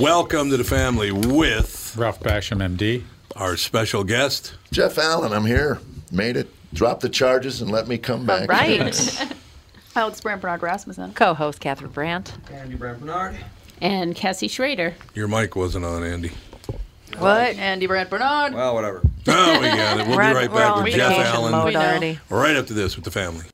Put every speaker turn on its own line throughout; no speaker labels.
Welcome to the family with
Ralph Basham, MD.
our special guest.
Jeff Allen, I'm here. Made it. Drop the charges and let me come back.
Right. Alex Brandt, Bernard Rasmussen,
Co-host Catherine Brandt.
Andy Brand Bernard.
and Cassie Schrader.
Your mic wasn't on, Andy.
What?
Andy Brandt Bernard.
Well, whatever.
Oh, we got it. We'll be
We're on-
right
we're
back
on
with Jeff
vacation
Allen.
mode
know.
already.
Right after this with the family.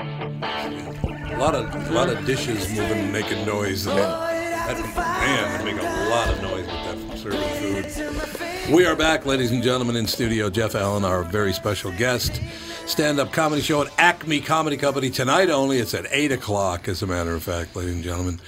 A lot of a lot of dishes moving, and making noise. And that, man, they make a lot of noise with that serving food. We are back, ladies and gentlemen, in studio. Jeff Allen, our very special guest, stand-up comedy show at Acme Comedy Company tonight only. It's at eight o'clock, as a matter of fact, ladies and gentlemen.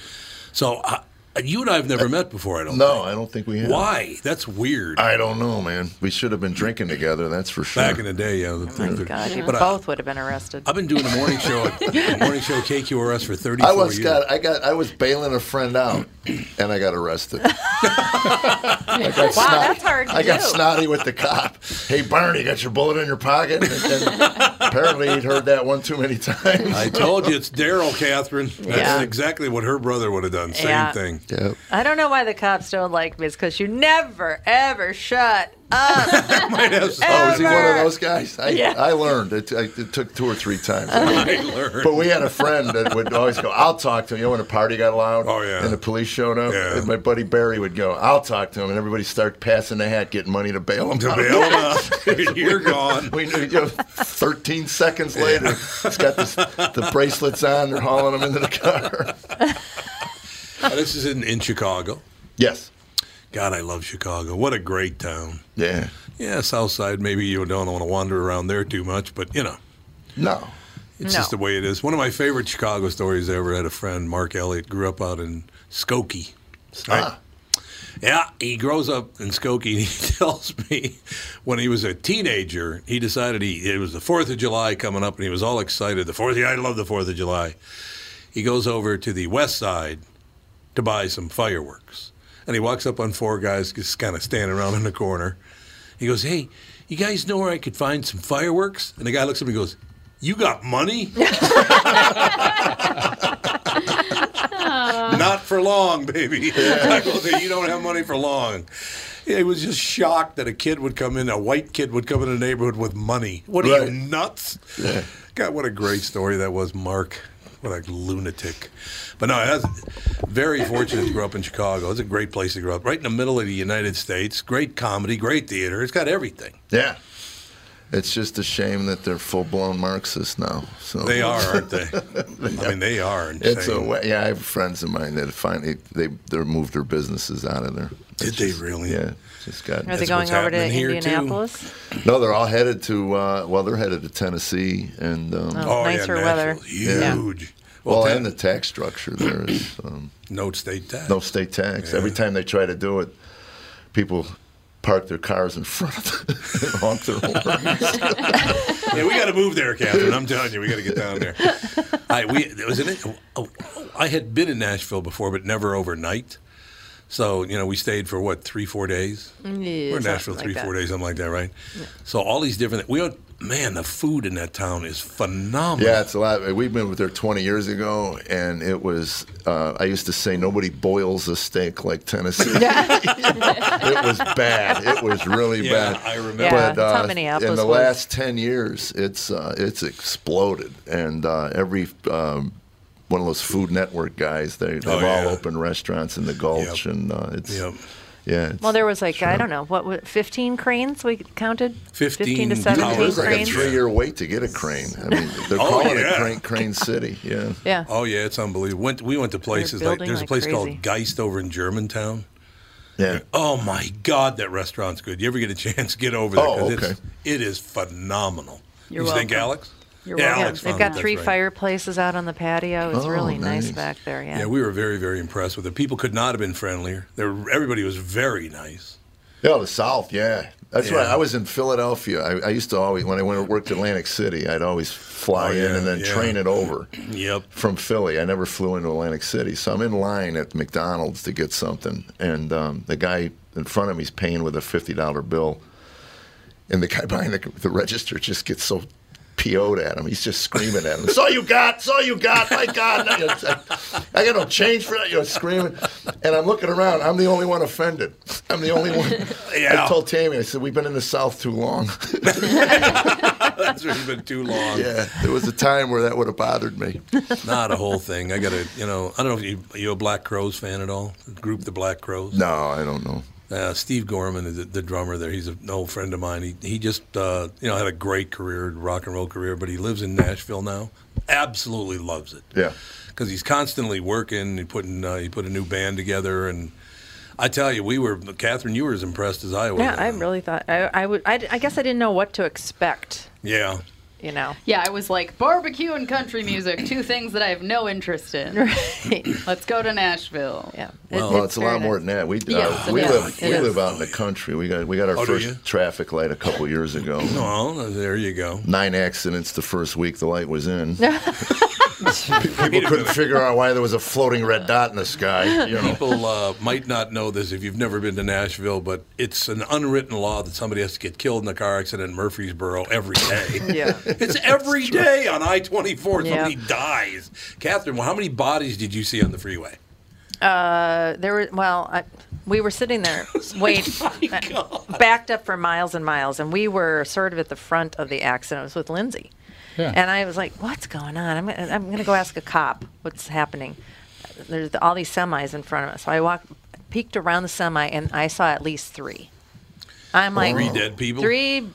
So uh, you and I have never met before. I don't.
No, I don't think we have.
Think. Why? That's weird.
I don't know, man. We should have been drinking together, that's for sure.
Back in the day, yeah. the thing could-
Oh, God, you
But I,
both would have been arrested.
I've been doing the morning show, the morning show KQRS for 34
I was
years.
got I got I was bailing a friend out and I got arrested. I got wow,
that's hard to
I got
do.
snotty with the cop. Hey Barney, you got your bullet in your pocket? And, and apparently he'd heard that one too many times.
I told you it's Daryl, Catherine. That's
Yeah.
exactly what her brother would have done. Same
Yeah.
thing.
Yep.
I don't know why the cops don't like me. It's because you never, ever shut up.
Yes,
Oh, is he one of
Ever.
those guys? I,
Yeah.
I learned. It, I, it took two or three times.
I learned.
But we had a friend that would always go, I'll talk to him. You know, when a party got loud
Oh, yeah.
and the police showed up,
Yeah.
and my buddy Barry would go, I'll talk to him. And everybody start passing the hat, getting money to bail him.
To
out.
bail him out. You're gone.
We knew, you know, 13 seconds later, he's got this, the bracelets on. They're hauling him into the car.
Uh, This is in, in Chicago.
Yes.
God, I love Chicago. What a great town.
Yeah.
Yeah, South Side, maybe you don't want to wander around there too much, but you know.
No.
It's
No.
just the way it is. One of my favorite Chicago stories I ever had a friend, Mark Elliott, grew up out in Skokie.
Ah.
Yeah, he grows up in Skokie. And he tells me when he was a teenager, he decided he it was the Fourth of July coming up, and he was all excited. The Fourth, yeah, I love the Fourth of July. He goes over to the West Side to buy some fireworks, and he walks up on four guys just kind of standing around in the corner. He goes, "Hey, you guys know where I could find some fireworks?" And the guy looks at me and goes, "You got money?" Not for long, baby. I go, "Then you don't have money for long. He was just shocked that a kid would come in, a white kid would come in the neighborhood with money. What are
Right.
you nuts? God, what a great story that was, Mark. What a lunatic. But no, that's very fortunate to grow up in Chicago. It's a great place to grow up, right in the middle of the United States. Great comedy, great theater. It's got everything.
Yeah. It's just a shame that they're full blown Marxists now. So
They are, aren't they? I mean, they are insane.
It's a way. Yeah, I have friends of mine that finally they they moved their businesses out of there.
Did
It's
they
just-
really?
Yeah, just got.
Are they
That's
going
what's
over to
happening here, too.
Indianapolis?
No, they're all headed to. Uh, well, they're headed to Tennessee and. Um,
Oh.
Oh,
Nicer
yeah,
weather.
Nashville's Huge.
Well,
Well,
and the tax structure there is um,
no state tax.
no state tax. Every
Yeah.
time they try to do it, people park their cars in front of and honk their horns.
Yeah, we got to move there, Catherine. I'm telling you, we got to get down there. I we it was an, oh, I had been in Nashville before, but never overnight. So you know, we stayed for what three, four days. We're in
something
Nashville
like
three,
that.
four days, something like that, right? So all these different. We don't, man, the food in that town is phenomenal.
yeah, it's a lot. We've been with there 20 years ago, and it was. Uh, I used to say nobody boils a steak like Tennessee. it was bad. It was really
Yeah,
bad.
I remember.
Yeah.
but
that's how
uh,
Minneapolis
in the
was.
last 10 years it's uh, it's exploded and uh, every um, one of those food network guys they, they've
Oh, yeah.
all opened restaurants in the gulch
Yep.
and uh, it's
Yep.
yeah it's,
Well, there was like I don't know what wa- fifteen cranes we counted.
15
to
towers.
it
seventeen
was like
cranes.
a three-year wait to get a crane. I mean, they're
Oh,
calling
yeah.
it Crane, crane City. Yeah,
Yeah.
Oh yeah, it's unbelievable. Went, we went to places like
building
there's a
like
place
crazy.
called Geist over in Germantown.
yeah.
Oh my God, that restaurant's good. You ever get a chance, get over there
Oh,
'cause it's,
okay.
it is phenomenal.
You're
you think,
welcome.
Alex?
You're
yeah,
welcome.
Alex
They've
found it,
got
that's
three
right.
fireplaces out on the patio. It's
Oh,
really nice.
nice.
back there. Yeah.
Yeah, we were very, very impressed with it. People could not have been friendlier. They were, everybody was very nice.
Yeah, the South. Yeah, that's
Yeah.
right. I was in Philadelphia. I, I used to always, when I went to work to Atlantic City, I'd always fly
Oh, yeah,
in and then
yeah.
train it over.
Yep.
from Philly. I never flew into Atlantic City, so I'm in line at McDonald's to get something, and um, the guy in front of me's paying with a fifty dollar bill, and the guy behind the, the register just gets so PO'd at him. He's just screaming at him. It's all you got. It's all you got. My God, I, I got no change for that. You're screaming, and I'm looking around. I'm the only one offended. I'm the only one.
Yeah.
I told Tammy. I said we've been in the South too long.
That's really been too long.
yeah, there was a time where that would have bothered me.
Not a whole thing. I got to, you know, I don't know if you, are you a Black Crows fan at all? The group The Black Crows?
No, I don't know.
Uh, Steve Gorman is the, the drummer there. He's an old friend of mine. He, he just, uh, you know, had a great career, rock and roll career, but he lives in Nashville now. Absolutely loves it.
Yeah.
because he's constantly working and putting uh, he put a new band together and I tell you we were Catherine you were as impressed as I was
Yeah, I really thought I, I would. I, d- I guess I didn't know what to expect.
yeah
You know.
Yeah, I was like barbecue and country music, two things that I have no interest in.
Right.
Let's go to Nashville.
Yeah.
Well, it's, a
very
lot more
nice.
than that. We uh,
Yeah, it's a
we
lot.
live
It
we
is.
live out in the country. We got we got our
Oh, do you?
first traffic light a couple years ago.
well there you go
Nine accidents the first week the light was in. People couldn't figure out why there was a floating red dot in the sky. You know.
people uh, might not know this if you've never been to Nashville but it's an unwritten law that somebody has to get killed in a car accident in Murfreesboro every day
Yeah.
it's every day on I-24
Yeah.
somebody dies Catherine well, how many bodies did you see on the freeway
Uh, there were well, I, we were sitting there
Oh
wait, uh, backed up for miles and miles, and we were sort of at the front of the accident. It was with Lindsay, and I was like, "What's going on? I'm gonna, I'm gonna go ask a cop what's happening." There's all these semis in front of us, so I walked, peeked around the semi, and I saw at least three. I'm like
Three dead people?
three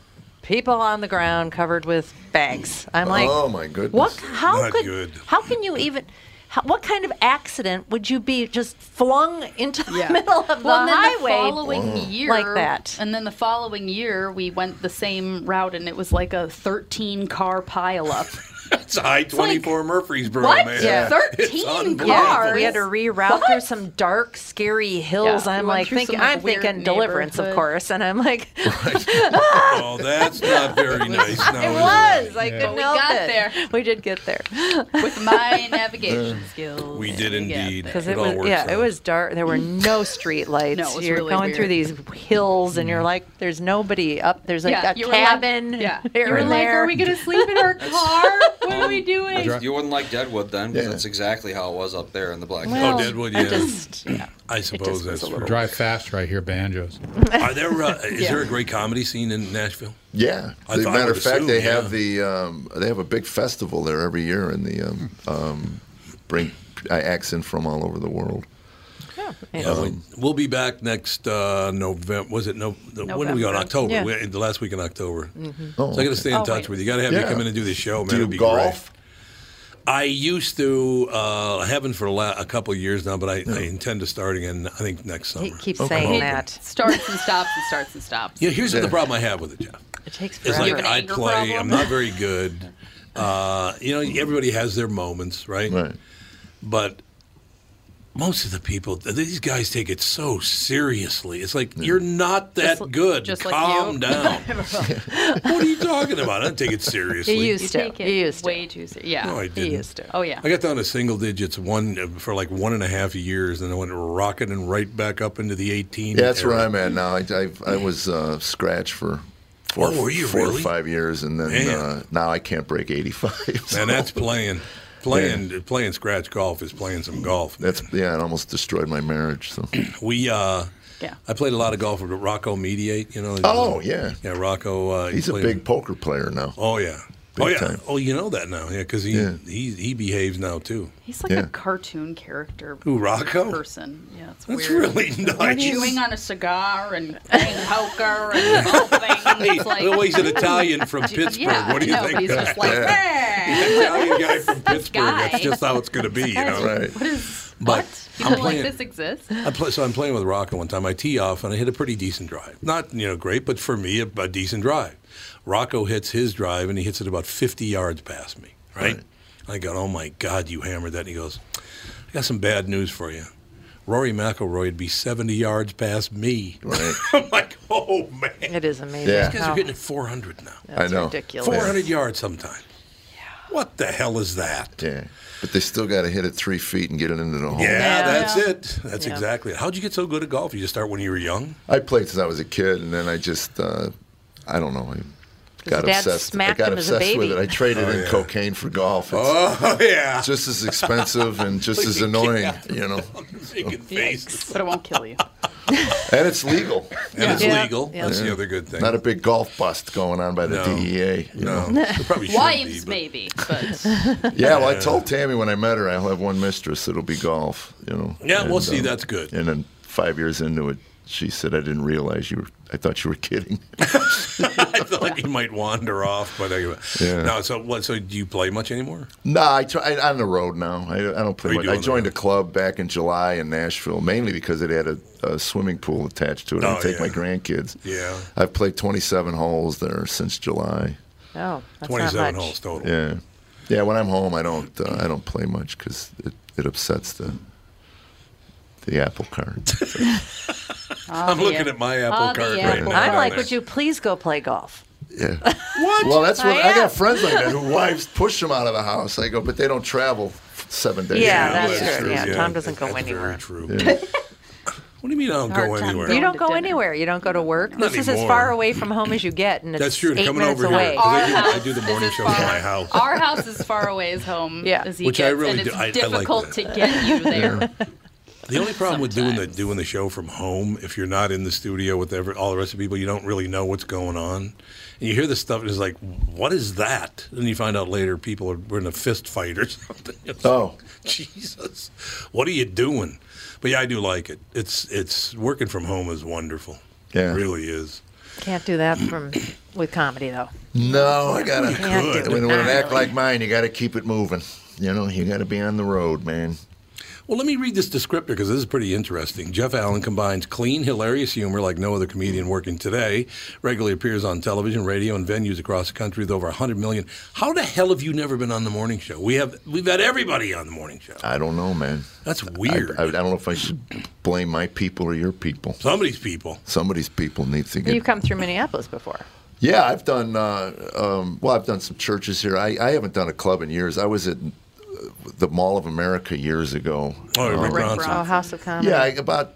people on the ground covered with bags. I'm like,
oh my goodness.
what? How
Not
could?
good.
How can you even? How, what kind of accident would you be just flung into the
Yeah.
middle of
well, and
the
then
highway?
the following year,
Like that.
And then the following year, we went the same route, and it was like a 13 car pileup.
it's I-24 Murfreesboro
what?
man
Yeah.
It's
13
unbelievable.
yeah, we
cars.
had to reroute through some dark, scary hills.
Yeah, we
I'm
went
like,
through
thinking,
some, like,
I'm
weird
thinking deliverance, of
neighborhood.
course, and I'm like,
Oh, that's not very nice. No,
it
is
was. I couldn't
But we
help
got
it.
there.
We did get there
with my navigation skills.
We did
got
indeed.
there.
because
It
it,
all
was.
works
Yeah, it
out.
was dark. There were no street lights.
No, it was
you're
really
going through these
weird.
hills, and
Mm-hmm.
you're like, there's nobody up. There's like a
you were like-
cabin.
yeah.
here
you were
and
like,
there.
are we going to sleep in her car? What What are we doing?
You wouldn't like Deadwood then, because
Yeah.
that's exactly how it was up there in the Black
Well-
Hills.
oh, Deadwood,
I
yeah.
just, yeah.
I suppose
was
that's
a
true.
little-
Drive fast right here, banjos.
Are there, uh, is there a great comedy scene in Nashville?
Yeah.
I
As a
thought- I
matter
would
of fact, they
assume,
have
yeah.
the um, they have a big festival there every year, and the um,
Hmm.
um, bring uh, acts in from all over the world. Um,
Yeah, we, we'll be back next uh, November. Was it no, the, When are we go? In
November.
October.
Yeah.
We're in the last week in October.
Oh,
So I got to stay in
Oh,
touch
wait.
with you. Got to have you
Yeah.
come in and do the show, man.
Do
It'd be
you golf?
Great. I used to. Uh, I haven't for the la- a couple of years now, but I, I intend to start again. I think next summer.
He keeps
Oh,
He
saying that.
starts and stops and starts and stops.
yeah, here's the
Yeah.
problem I have with it, Jeff.
It takes
It's
forever.
like
Your
I
anger
play.
problem?
I'm not very good. Uh, you know, everybody has their moments, right?
Right.
But most of the people, these guys take it so seriously. It's like you're not that
Just l-
good.
just like
Calm
you.
down. what are you talking about? I don't take it seriously.
you
You
used to.
take
You
it
used to.
way too seriously. Yeah.
no, I didn't.
You used to.
oh yeah.
I got down to single digits one for like one and a half years, and I went rocketing right back up into the 18.
Yeah, that's where
era.
I'm at now. I, I, I was uh, scratch for four,
Oh, were you
four
really?
or five years, and then
Man.
uh, now I can't break 85. so-
And that's playing, playing, playing scratch golf is playing some golf.
that's yeah, it almost destroyed my marriage. So
We, uh,
Yeah.
I played a lot of golf with Rocco Mediate. You know.
oh yeah,
Yeah, Rocco. Uh, he
he's a
played-
big poker player now.
Oh yeah. oh yeah.
time.
Oh, you know that now, yeah, because he,
Yeah.
he he behaves now too.
He's like
Yeah.
a cartoon character
Who, Rocco?
person. Yeah, it's
That's
weird.
really nice.
Chewing on a cigar and playing poker and all
Hey,
things. like,
well, he's an Italian from Pittsburgh.
Yeah,
what do you
I know,
think?
He's
that-
just like, "Eh,
Italian guy from Pittsburgh.
guy.
That's just how it's going to be, you know.
Right.
what is
But
what?
I'm
People
playing-
like this exist?
I play, so I'm playing with Rocco one time. I tee off and I hit a pretty decent drive. Not you know great, but for me a, a decent drive. Rocco hits his drive and he hits it about 50 yards past me. Right? I go, oh my God, you hammered that. And he goes, I got some bad news for you. Rory McIlroy would be 70 yards past me.
Right.
I'm like, oh man,
It is amazing.
Yeah.
these guys
how-
are getting at 400 now.
that's
I know.
ridiculous.
400 yards sometime. What the hell is that?
Yeah, but they still got to hit it three feet and get it into the hole.
Yeah,
Yeah.
that's it. That's
Yeah.
exactly it. How'd you get so good at golf? You just start when you were young?
I played since I was a kid, and then I just, uh, I don't know, I got
His dad
obsessed. I
smacked
got
him as a
obsessed with
baby.
it. I traded in
Oh, yeah.
cocaine for golf. It's
Oh, yeah.
just as expensive and just as annoying, you know.
Freaking face.
But it won't kill you.
And it's legal.
And it's
Yeah.
legal.
Yeah.
That's the other good thing.
Not a big golf bust going on by the
No.
DEA. you
no.
know.
It probably should
Wives,
be,
maybe, but
Yeah, well, I told Tammy when I met her, I'll have one mistress. It'll be golf, you know.
but- Yeah, we'll
And,
see.
um,
That's good.
And then five years into it, she said, "I didn't realize you were. I thought you were kidding."
I thought you might wander off, but anyway.
Yeah.
No, so what? So do you play much anymore?
No, I try, I, on the road now. I, I don't
What are you
play. Much.
doing
I
on the
joined a
road?
club back in July in Nashville, mainly because it had a, a swimming pool attached to it.
Oh,
I take
yeah.
my grandkids.
Yeah.
I've played 27 holes there since July.
No, Oh, that's not
27
much.
holes total.
Yeah, yeah. When I'm home, I don't uh, I don't play much because it, it upsets the the apple cart.
I'm looking at my Apple
Oh, the
card right
apple
now.
I'm
down
like,
there.
would you please go play golf?
Yeah. What? Well, that's what I got friends like that who wives push them out of the house. I go, but they don't travel seven days.
Yeah,
a
that's
week."
well,
true. Yeah, Tom doesn't go
that's Very
anywhere.
true. what do you mean I don't go
Hard time
anywhere?
Going
You don't
to
go
dinner.
anywhere. You don't go to work.
Not
this is as
anymore.
far away from home as you get, and it's
That's true.
eight
Coming
minutes
over
away.
here, 'cause I do,
Our
I do the
house
morning
is
show
far.
from my house.
our house is far away as home.
Yeah.
as he
Which I
gets,
really
and it's
do- I- I like
difficult
that.
to get you there.
The only problem with doing the doing the show from home, if you're not in the studio with every, all the rest of the people, you don't really know what's going on, and you hear this stuff and it's like, what is that? And you find out later people are we're in a fist fight or something. It's like,
Oh.
Jesus, what are you doing? But yeah, I do like it. It's it's working from home is wonderful.
Yeah.
it really is.
Can't do that from with comedy though.
No, I gotta.
Can't do it.
When, when an act like mine, you gotta keep it moving. You know, you gotta be on the road, man.
Well, let me read this descriptor because this is pretty interesting. Jeff Allen combines clean, hilarious humor like no other comedian working today. Regularly appears on television, radio, and venues across the country with over 100 million. How the hell have you never been on the morning show? We have we've had everybody on the morning show.
I don't know, man.
That's
I,
weird.
I, I don't know if I should blame my people or your people.
Somebody's people.
Somebody's people need to get.
You've come through Minneapolis before.
Yeah, I've done. Uh, um, well, I've done some churches here. I, I haven't done a club in years. I was at uh, the Mall of America years ago. Um,
Oh, Rick
Rick
Bronson.
Oh,
Bronson.
House of Comedy.
Yeah, I, about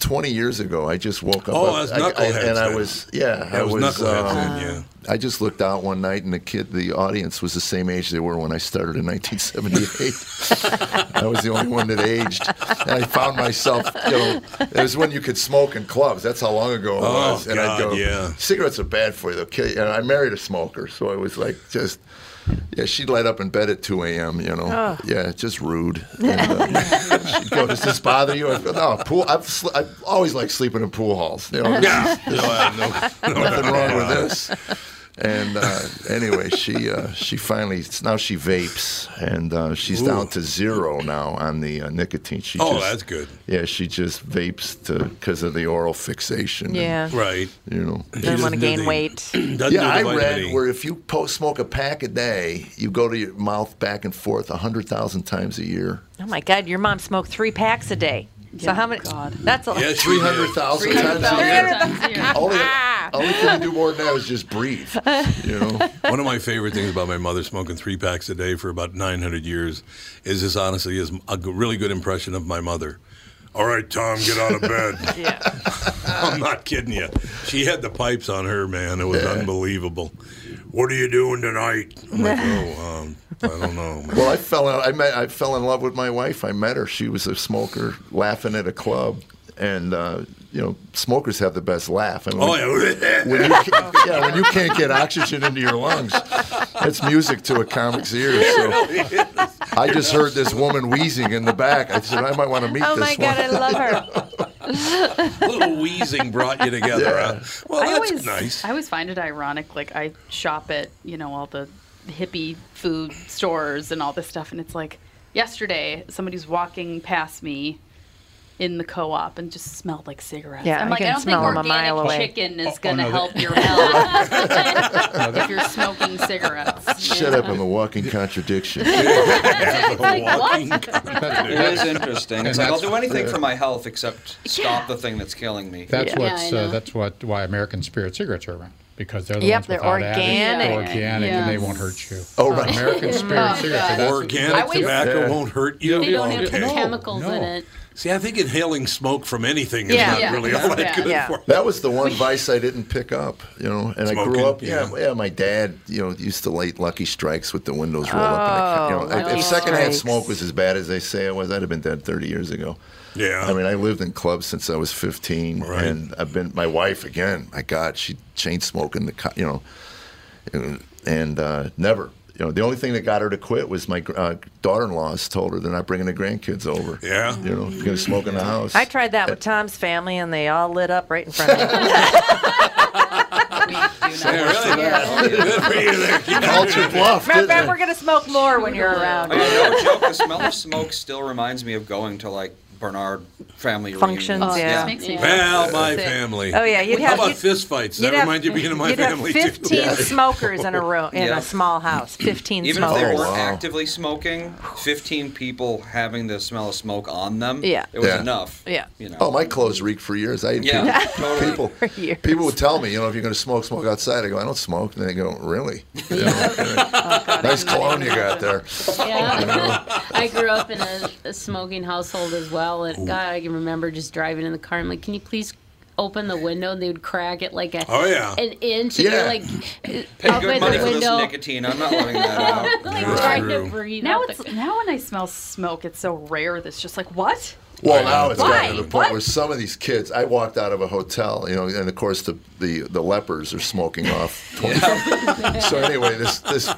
20 years ago, I just woke up.
Oh,
I-
that's
I- I-
knuckleheads
And I
then.
was, yeah, I
That was knuckleheads then, yeah.
I just looked out one night, and the kid, the audience was the same age they were when I started in 1978. I was the only one that aged. And I found myself, you know, it was when you could smoke in clubs. That's how long ago it
Oh,
was. And I'd
God,
go,
yeah.
cigarettes are bad for you. They'll kill you. And I married a smoker, so I was like, just. Yeah, she'd light up in bed at 2 a.m., you know. Yeah, just rude. And, uh, she'd go, does this bother you? I'd go, no, pool, I've, sl- I've always liked sleeping in pool halls. You know,
Yeah. No, I have no, no
nothing
doubt
wrong with
about it.
this. And uh, anyway, she uh, she finally now she vapes and uh, she's
Ooh.
down to zero now on the uh, nicotine. She
Oh,
just,
that's good.
Yeah, she just vapes to because of the oral fixation. and,
Yeah.
Right.
you know.
Doesn't want to
doesn't do
gain
the-
weight.
Doesn't
Yeah, I
do the vitamin
read
E.
where if you po- smoke a pack a day, you go to your mouth back and forth hundred thousand times a year.
Oh my God, your mom smoked three packs a day. So
Yeah,
how many?
God.
That's a
Yes, you
Three hundred thousand times a year. Only, only thing to do more than that is just breathe. You know.
One of my favorite things about my mother smoking three packs a day for about 900 years is this honestly is a g- really good impression of my mother. All right, Tom, get out of bed.
yeah.
I'm not kidding you. She had the pipes on her, man. It was
Yeah.
unbelievable. What are you doing tonight? I'm like, oh, um, I don't know. man."
Well, I fell out. I met. I fell in love with my wife. I met her. She was a smoker, laughing at a club, and uh, you know, smokers have the best laugh. I mean,
Oh, yeah.
When you, ca- yeah, when you can't get oxygen into your lungs, it's music to a comic's ears. So I just heard this woman wheezing in the back. I said, I might want to meet
Oh
this
my God, I
one.
love her.
little wheezing brought you together.
Yeah.
Huh? Well,
I
that's
always,
nice.
I always find it ironic. Like I shop at you know all the hippie food stores and all this stuff, and it's like yesterday somebody's walking past me in the co-op and just smelled like cigarettes.
Yeah,
I'm
I
like, I
can
don't
smell
think
'em a
organic
mile away.
chicken is
oh,
going to
no,
help
that-
your health if you're smoking cigarettes.
Shut up! I'm a walking contradiction.
It's like,
It is interesting. It's like I'll do anything for my health except
Yeah.
stop the thing that's killing me.
That's
Yeah.
what's
Yeah, I
uh,
know.
that's what why American Spirit cigarettes are around because they're the
Yep,
ones
they're
without additives.
organic.
They're organic, and they won't hurt you.
Oh, right.
American Spirit cigarettes. so that's what-
I
Organic
always-
tobacco
Yeah.
won't hurt you.
They don't have
Okay.
the chemicals
no.
in it.
See, I think inhaling smoke from anything is
Yeah.
not
Yeah.
really all that
Yeah.
good
Yeah.
for
That was the one vice I didn't pick up, you know. And I
Smoking,
grew up, yeah,
yeah.
yeah. My dad, you know, used to light Lucky Strikes with the windows rolled up. And I,
Oh,
ca- you know, if-
Lucky
if secondhand
Strikes.
smoke was as bad as they say it was, I'd have been dead 30 years ago.
Yeah.
I mean, I lived in clubs since I was 15,
Right.
and I've been my wife again. My God, she chain smoking the, co- you know, and- and uh, never. You know, the only thing that got her to quit was my gr- uh, daughter-in-law's told her they're not bringing the grandkids over.
Yeah.
you know, you're gonna smoke in the house.
I tried that with Tom's family, and they all lit up right in front of me.
Yeah, really? Good for you there.
culture bluff.
Remember,
didn't I?
we're gonna smoke more when you're around.
I mean, no joke. The smell of smoke still reminds me of going to like Bernard family
Functions,
reunions.
yeah.
Makes me
Well, my
sick.
family.
Oh, yeah, you'd
How
have-
about
you'd-
fist fights? Does
You'd
that
have-
remind you of being in my
you'd
family too?
have 15 smokers in a room in
Yeah.
a small house. 15
Even if
smokers.
they
Oh,
weren't
wow.
actively smoking, 15 people having the smell of smoke on them,
Yeah.
it was
Yeah.
enough.
Yeah.
You know.
Oh, my clothes reeked for years. I had
Yeah,
people,
totally.
people,
For years.
people would tell me, you know, if you're going to smoke, smoke outside. I go, I don't smoke. And they go, really? You
Oh,
know, nice cologne you got there.
Yeah. I grew up in a, a smoking household as well. And God, I can remember just driving in the car. I'm like, can you please open the window? And they would crack it like a,
Oh, yeah.
an inch. And
Yeah.
you're like,
Pay
out by
good money
the
for this
window.
nicotine. I'm not letting that out.
like
That's
trying
true.
to breathe.
Now
out
it's
the-
now when I smell smoke, it's so rare. That's just like what?
Well, now it's gotten
Why?
to the point
What?
where some of these kids. I walked out of a hotel, you know, and of course the the, the lepers are smoking off. 20. so anyway, this this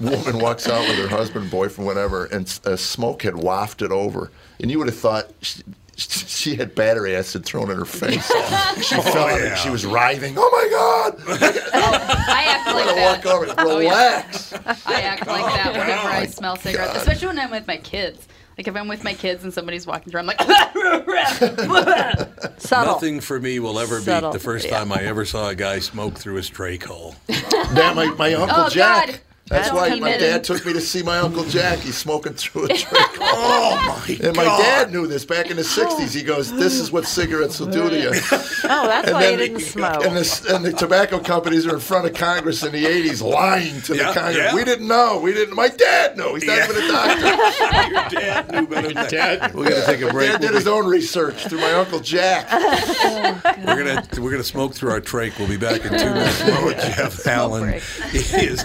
woman walks out with her husband, boyfriend, whatever, and s- uh, smoke had wafted over, and you would have thought. She, she had battery acid thrown in her face. She fell on
Oh, yeah.
it. She was writhing. Oh my God!
I act like
I
that.
walk over.
Oh,
Relax.
I act like that whenever I smell cigarettes, especially when I'm with my kids. Like if I'm with my kids and somebody's walking through, I'm like,
Subtle.
Nothing for me will ever
Subtle.
beat the first time I ever saw a guy smoke through a stray hole.
Now my, my uncle
oh
Jack.
god,
That's
That's
why my
committed.
dad took me to see my Uncle Jack. He's smoking through a drink.
Oh my
And my
God.
dad knew this back in the 60s. He goes, This is what cigarettes will do to you.
Oh, that's
And
why you
then the-
didn't smoke.
And, this, and the tobacco companies are in front of Congress in the 80s lying to
Yeah,
the Congress.
yeah.
We didn't know. We didn't. My dad knew. He's not
Yeah.
even a
Your
doctor.
dad knew better than that.
Dad.
We're gonna take a break.
Dad did his own research through my Uncle Jack.
We're gonna we're gonna smoke through our trach. We'll be back in two minutes more with Jeff Allen.
break.
He is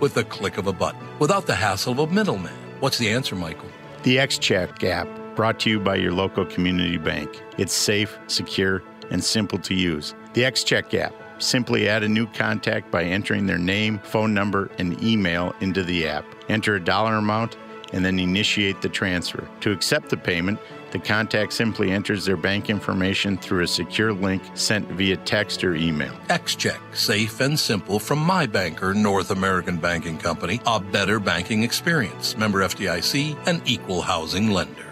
with the click of a button without the hassle of a middleman? What's the answer, Michael?
The XChat app, brought to you by your local community bank. It's safe, secure, and simple to use. The XCheck app. Simply add a new contact by entering their name, phone number, and email into the app. Enter a dollar amount and then initiate the transfer. To accept the payment, the contact simply enters their bank information through a secure link sent via text or email.
XCheck, safe and simple from my banker, North American Banking Company, a better banking experience. Member FDIC, an equal housing lender.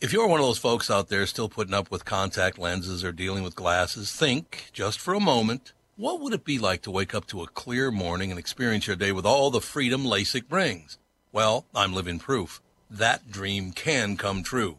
If you're one of those folks out there still putting up with contact lenses or dealing with glasses, think just for a moment. What would it be like to wake up to a clear morning and experience your day with all the freedom LASIK brings? Well, I'm living proof. That dream can come true.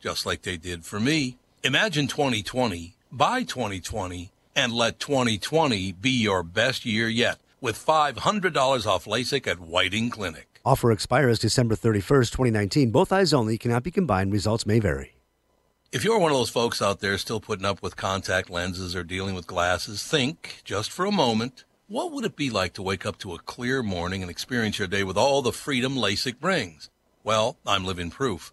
just like they did for me. Imagine 2020, buy 2020, and let 2020 be your best year yet with $500 off LASIK at Whiting Clinic.
Offer expires December 31st, 2019. Both eyes only cannot be combined. Results may vary.
If you're one of those folks out there still putting up with contact lenses or dealing with glasses, think just for a moment what would it be like to wake up to a clear morning and experience your day with all the freedom LASIK brings? Well, I'm living proof.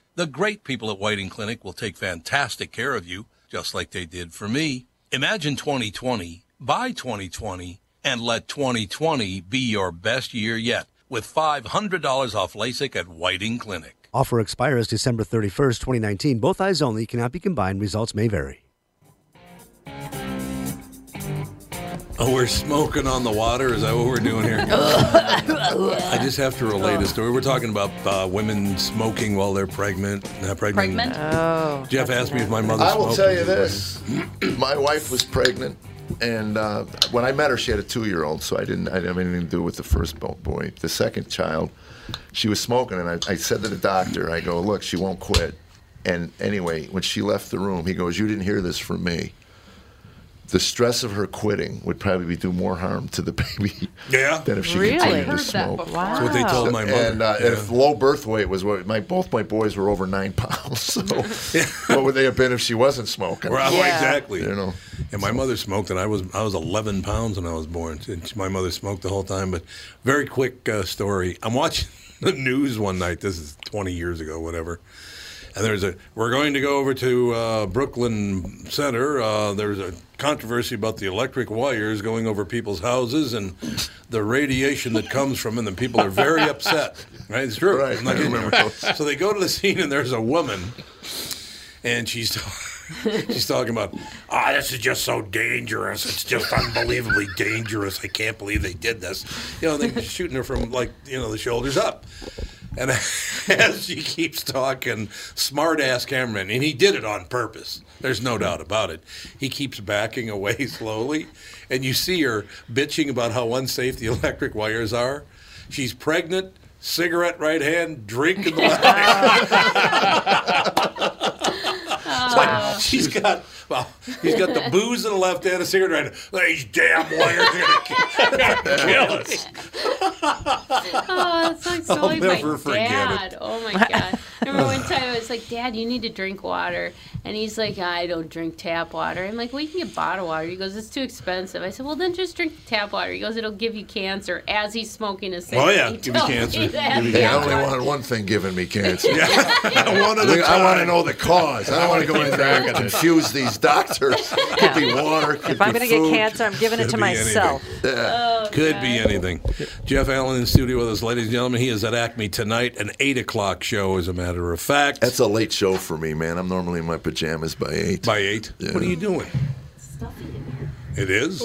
The great people at Whiting Clinic will take fantastic care of you, just like they did for me. Imagine 2020, buy 2020, and let 2020 be your best year yet with $500 off LASIK at Whiting Clinic.
Offer expires December 31st, 2019. Both eyes only cannot be combined. Results may vary.
Oh, we're smoking on the water. Is that what we're doing here? I just have to relate a story. We're talking about uh, women smoking while they're pregnant. Not pregnant.
Pregnant?
oh,
Jeff asked me if my mother.
I will
smoked
tell
when
you
she was
this: my wife was pregnant, and uh, when I met her, she had a two-year-old, so I didn't. I didn't have anything to do with the first bo- boy. The second child, she was smoking, and I, I said to the doctor, "I go, look, she won't quit." And anyway, when she left the room, he goes, "You didn't hear this from me." The stress of her quitting would probably do more harm to the baby
Yeah.
than if she
Really?
continued
I
to
heard
that
smoke.
before.
wow.
pregnant. That's what they told my mother.
And uh,
Yeah.
if low birth weight was what my both my boys were over nine pounds. So what would they have been if she wasn't smoking?
Right,
Yeah.
exactly.
You know.
And my mother smoked, and I was I was 11 pounds when I was born. And she- my mother smoked the whole time. But very quick uh, story. I'm watching the news one night. This is 20 years ago, whatever. And there's a we're going to go over to uh, Brooklyn Center. Uh, there's a controversy about the electric wires going over people's houses and the radiation that comes from, and the people are very upset. Right? It's true.
Right,
I'm not
I
kidding.
remember those.
So they go to the scene, and there's a woman and she's she's talking about ah this is just so dangerous it's just unbelievably dangerous i can't believe they did this you know they're shooting her from like you know the shoulders up And as she keeps talking, smart ass cameraman, and he did it on purpose. There's no doubt about it. He keeps backing away slowly, and you see her bitching about how unsafe the electric wires are. She's pregnant, cigarette right hand, drink in the left. It's like she's got well, he's got the booze in the left hand, a cigarette in the right. hand. These damn wires are gonna kill, kill us.
oh, that's like so
I'll
like
never
my
forget
dad. Oh my god! I remember one time I was like, "Dad, you need to drink water," and he's like, "I don't drink tap water." I'm like, "Well, you can get bottled water." He goes, "It's too expensive." I said, "Well, then just drink tap water." He goes, "It'll give you cancer." As he's smoking a cigarette,
Oh, yeah,
he
give you
tells me
cancer.
that.
Give you
Hey, I
Yeah.
only wanted one thing giving me cancer.
I wanted to
I want to know the cause. I don't want to go in there
track of
and
it.
confuse these doctors. Could be water. Could
If I'm
be
going to
food.
get cancer, I'm giving it
Could
to
be anything.
myself. Oh,
Could be anything. Jeff Allen in the studio with us, ladies and gentlemen. He is at Acme tonight, an eight o'clock show, as a matter of fact.
That's a late show for me, man. I'm normally in my pajamas by eight.
by eight.
Yeah.
What are you doing? It is.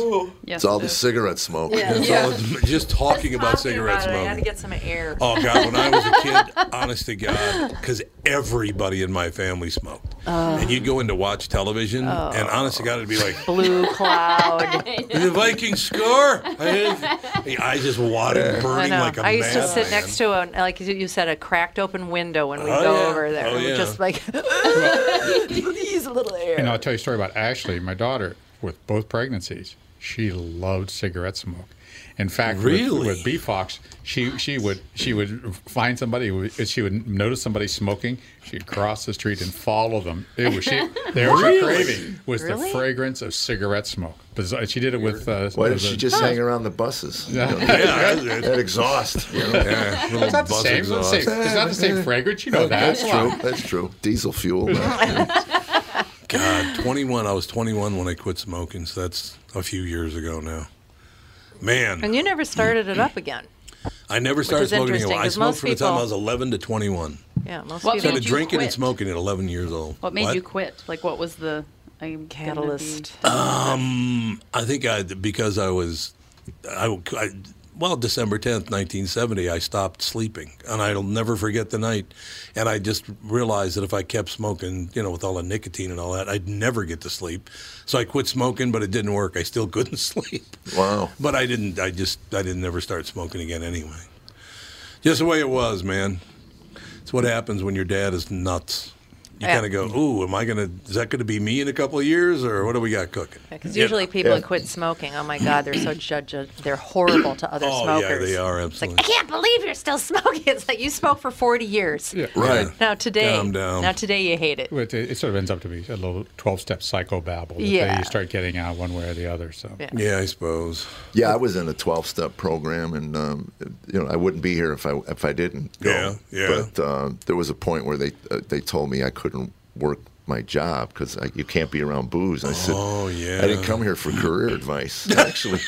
it's all the cigarette smoke.
It's all- just talking about cigarette
I had to
smoking.
get some air.
Oh God! When I was a kid, honest to God, because everybody in my family smoked,
Oh.
and you'd go in to watch television, and honest to God, it'd be like,
Blue cloud.
"Did the Vikings score?" I, I just wanted
I
burning
know.
like a
I used to sit
madman.
next to a like you- you said a cracked open window when we
Oh,
go
yeah.
over there.
Oh,
We're
yeah.
Just like please a little air.
And I'll tell you a story about Ashley, my daughter, with both pregnancies. She loved cigarette smoke. In fact, with-
Really?
with, B Fox, she she would she would find somebody. who- She would notice somebody smoking. She'd cross the street and follow them. It was she. There was her craving was
Really?
the fragrance of cigarette smoke. Bizarre. She did it with. Uh,
Why did
with
she
a-
just hang around the buses? You know,
Yeah, it's-
that exhaust. You know?
yeah, little
It's not the
buzz
same. It's not the
exhaust.
same, it's not the same fragrance. You know that.
That's true. That's true. Diesel fuel. man.
God, 21. I was 21 when I quit smoking, so that's a few years ago now. Man,
And you never started it up again.
I never started
is
smoking.
interesting,
anymore. I
'cause
smoked
most
from the time I
people-
was 11 to 21.
Yeah, most people.
What
Started
made you
drinking and
quit?
smoking at 11 years old.
What made you quit? Like, what was the I'm gonna be-
Catalyst.
Um, I think I because I was, I, I- well, December tenth, nineteen seventy, I stopped sleeping, and I'll never forget the night. And I just realized that if I kept smoking, you know, with all the nicotine and all that, I'd never get to sleep. So I quit smoking, but it didn't work. I still couldn't sleep.
Wow.
But I didn't. I just I didn't ever start smoking again anyway. Just the way it was, man. It's what happens when your dad is nuts. You
Yeah.
kind of go, ooh, am I gonna? Is that gonna be me in a couple of years, or what do we got cooking?
Because
You know.
usually people
Yeah.
that quit smoking, oh my God, they're so judge. They're horrible to other
Oh yeah,
smokers.
they are
It's like
absolutely.
I can't believe you're still smoking. It's like you smoked for 40 years.
Right.
Now today,
Calm down.
now today you hate it.
It, it sort of ends up to be a little twelve-step psychobabble that they-
Yeah.
you start getting out one way or the other. So
Yeah.
Yeah, I suppose.
Yeah, I was in a 12-step program, and um, you know I wouldn't be here if I if I didn't. Go.
Yeah, yeah.
But um, there was a point where they uh, they told me I couldn't work my job because you can't be around booze. And I said,
Oh, yeah.
I didn't come here for career advice. I actually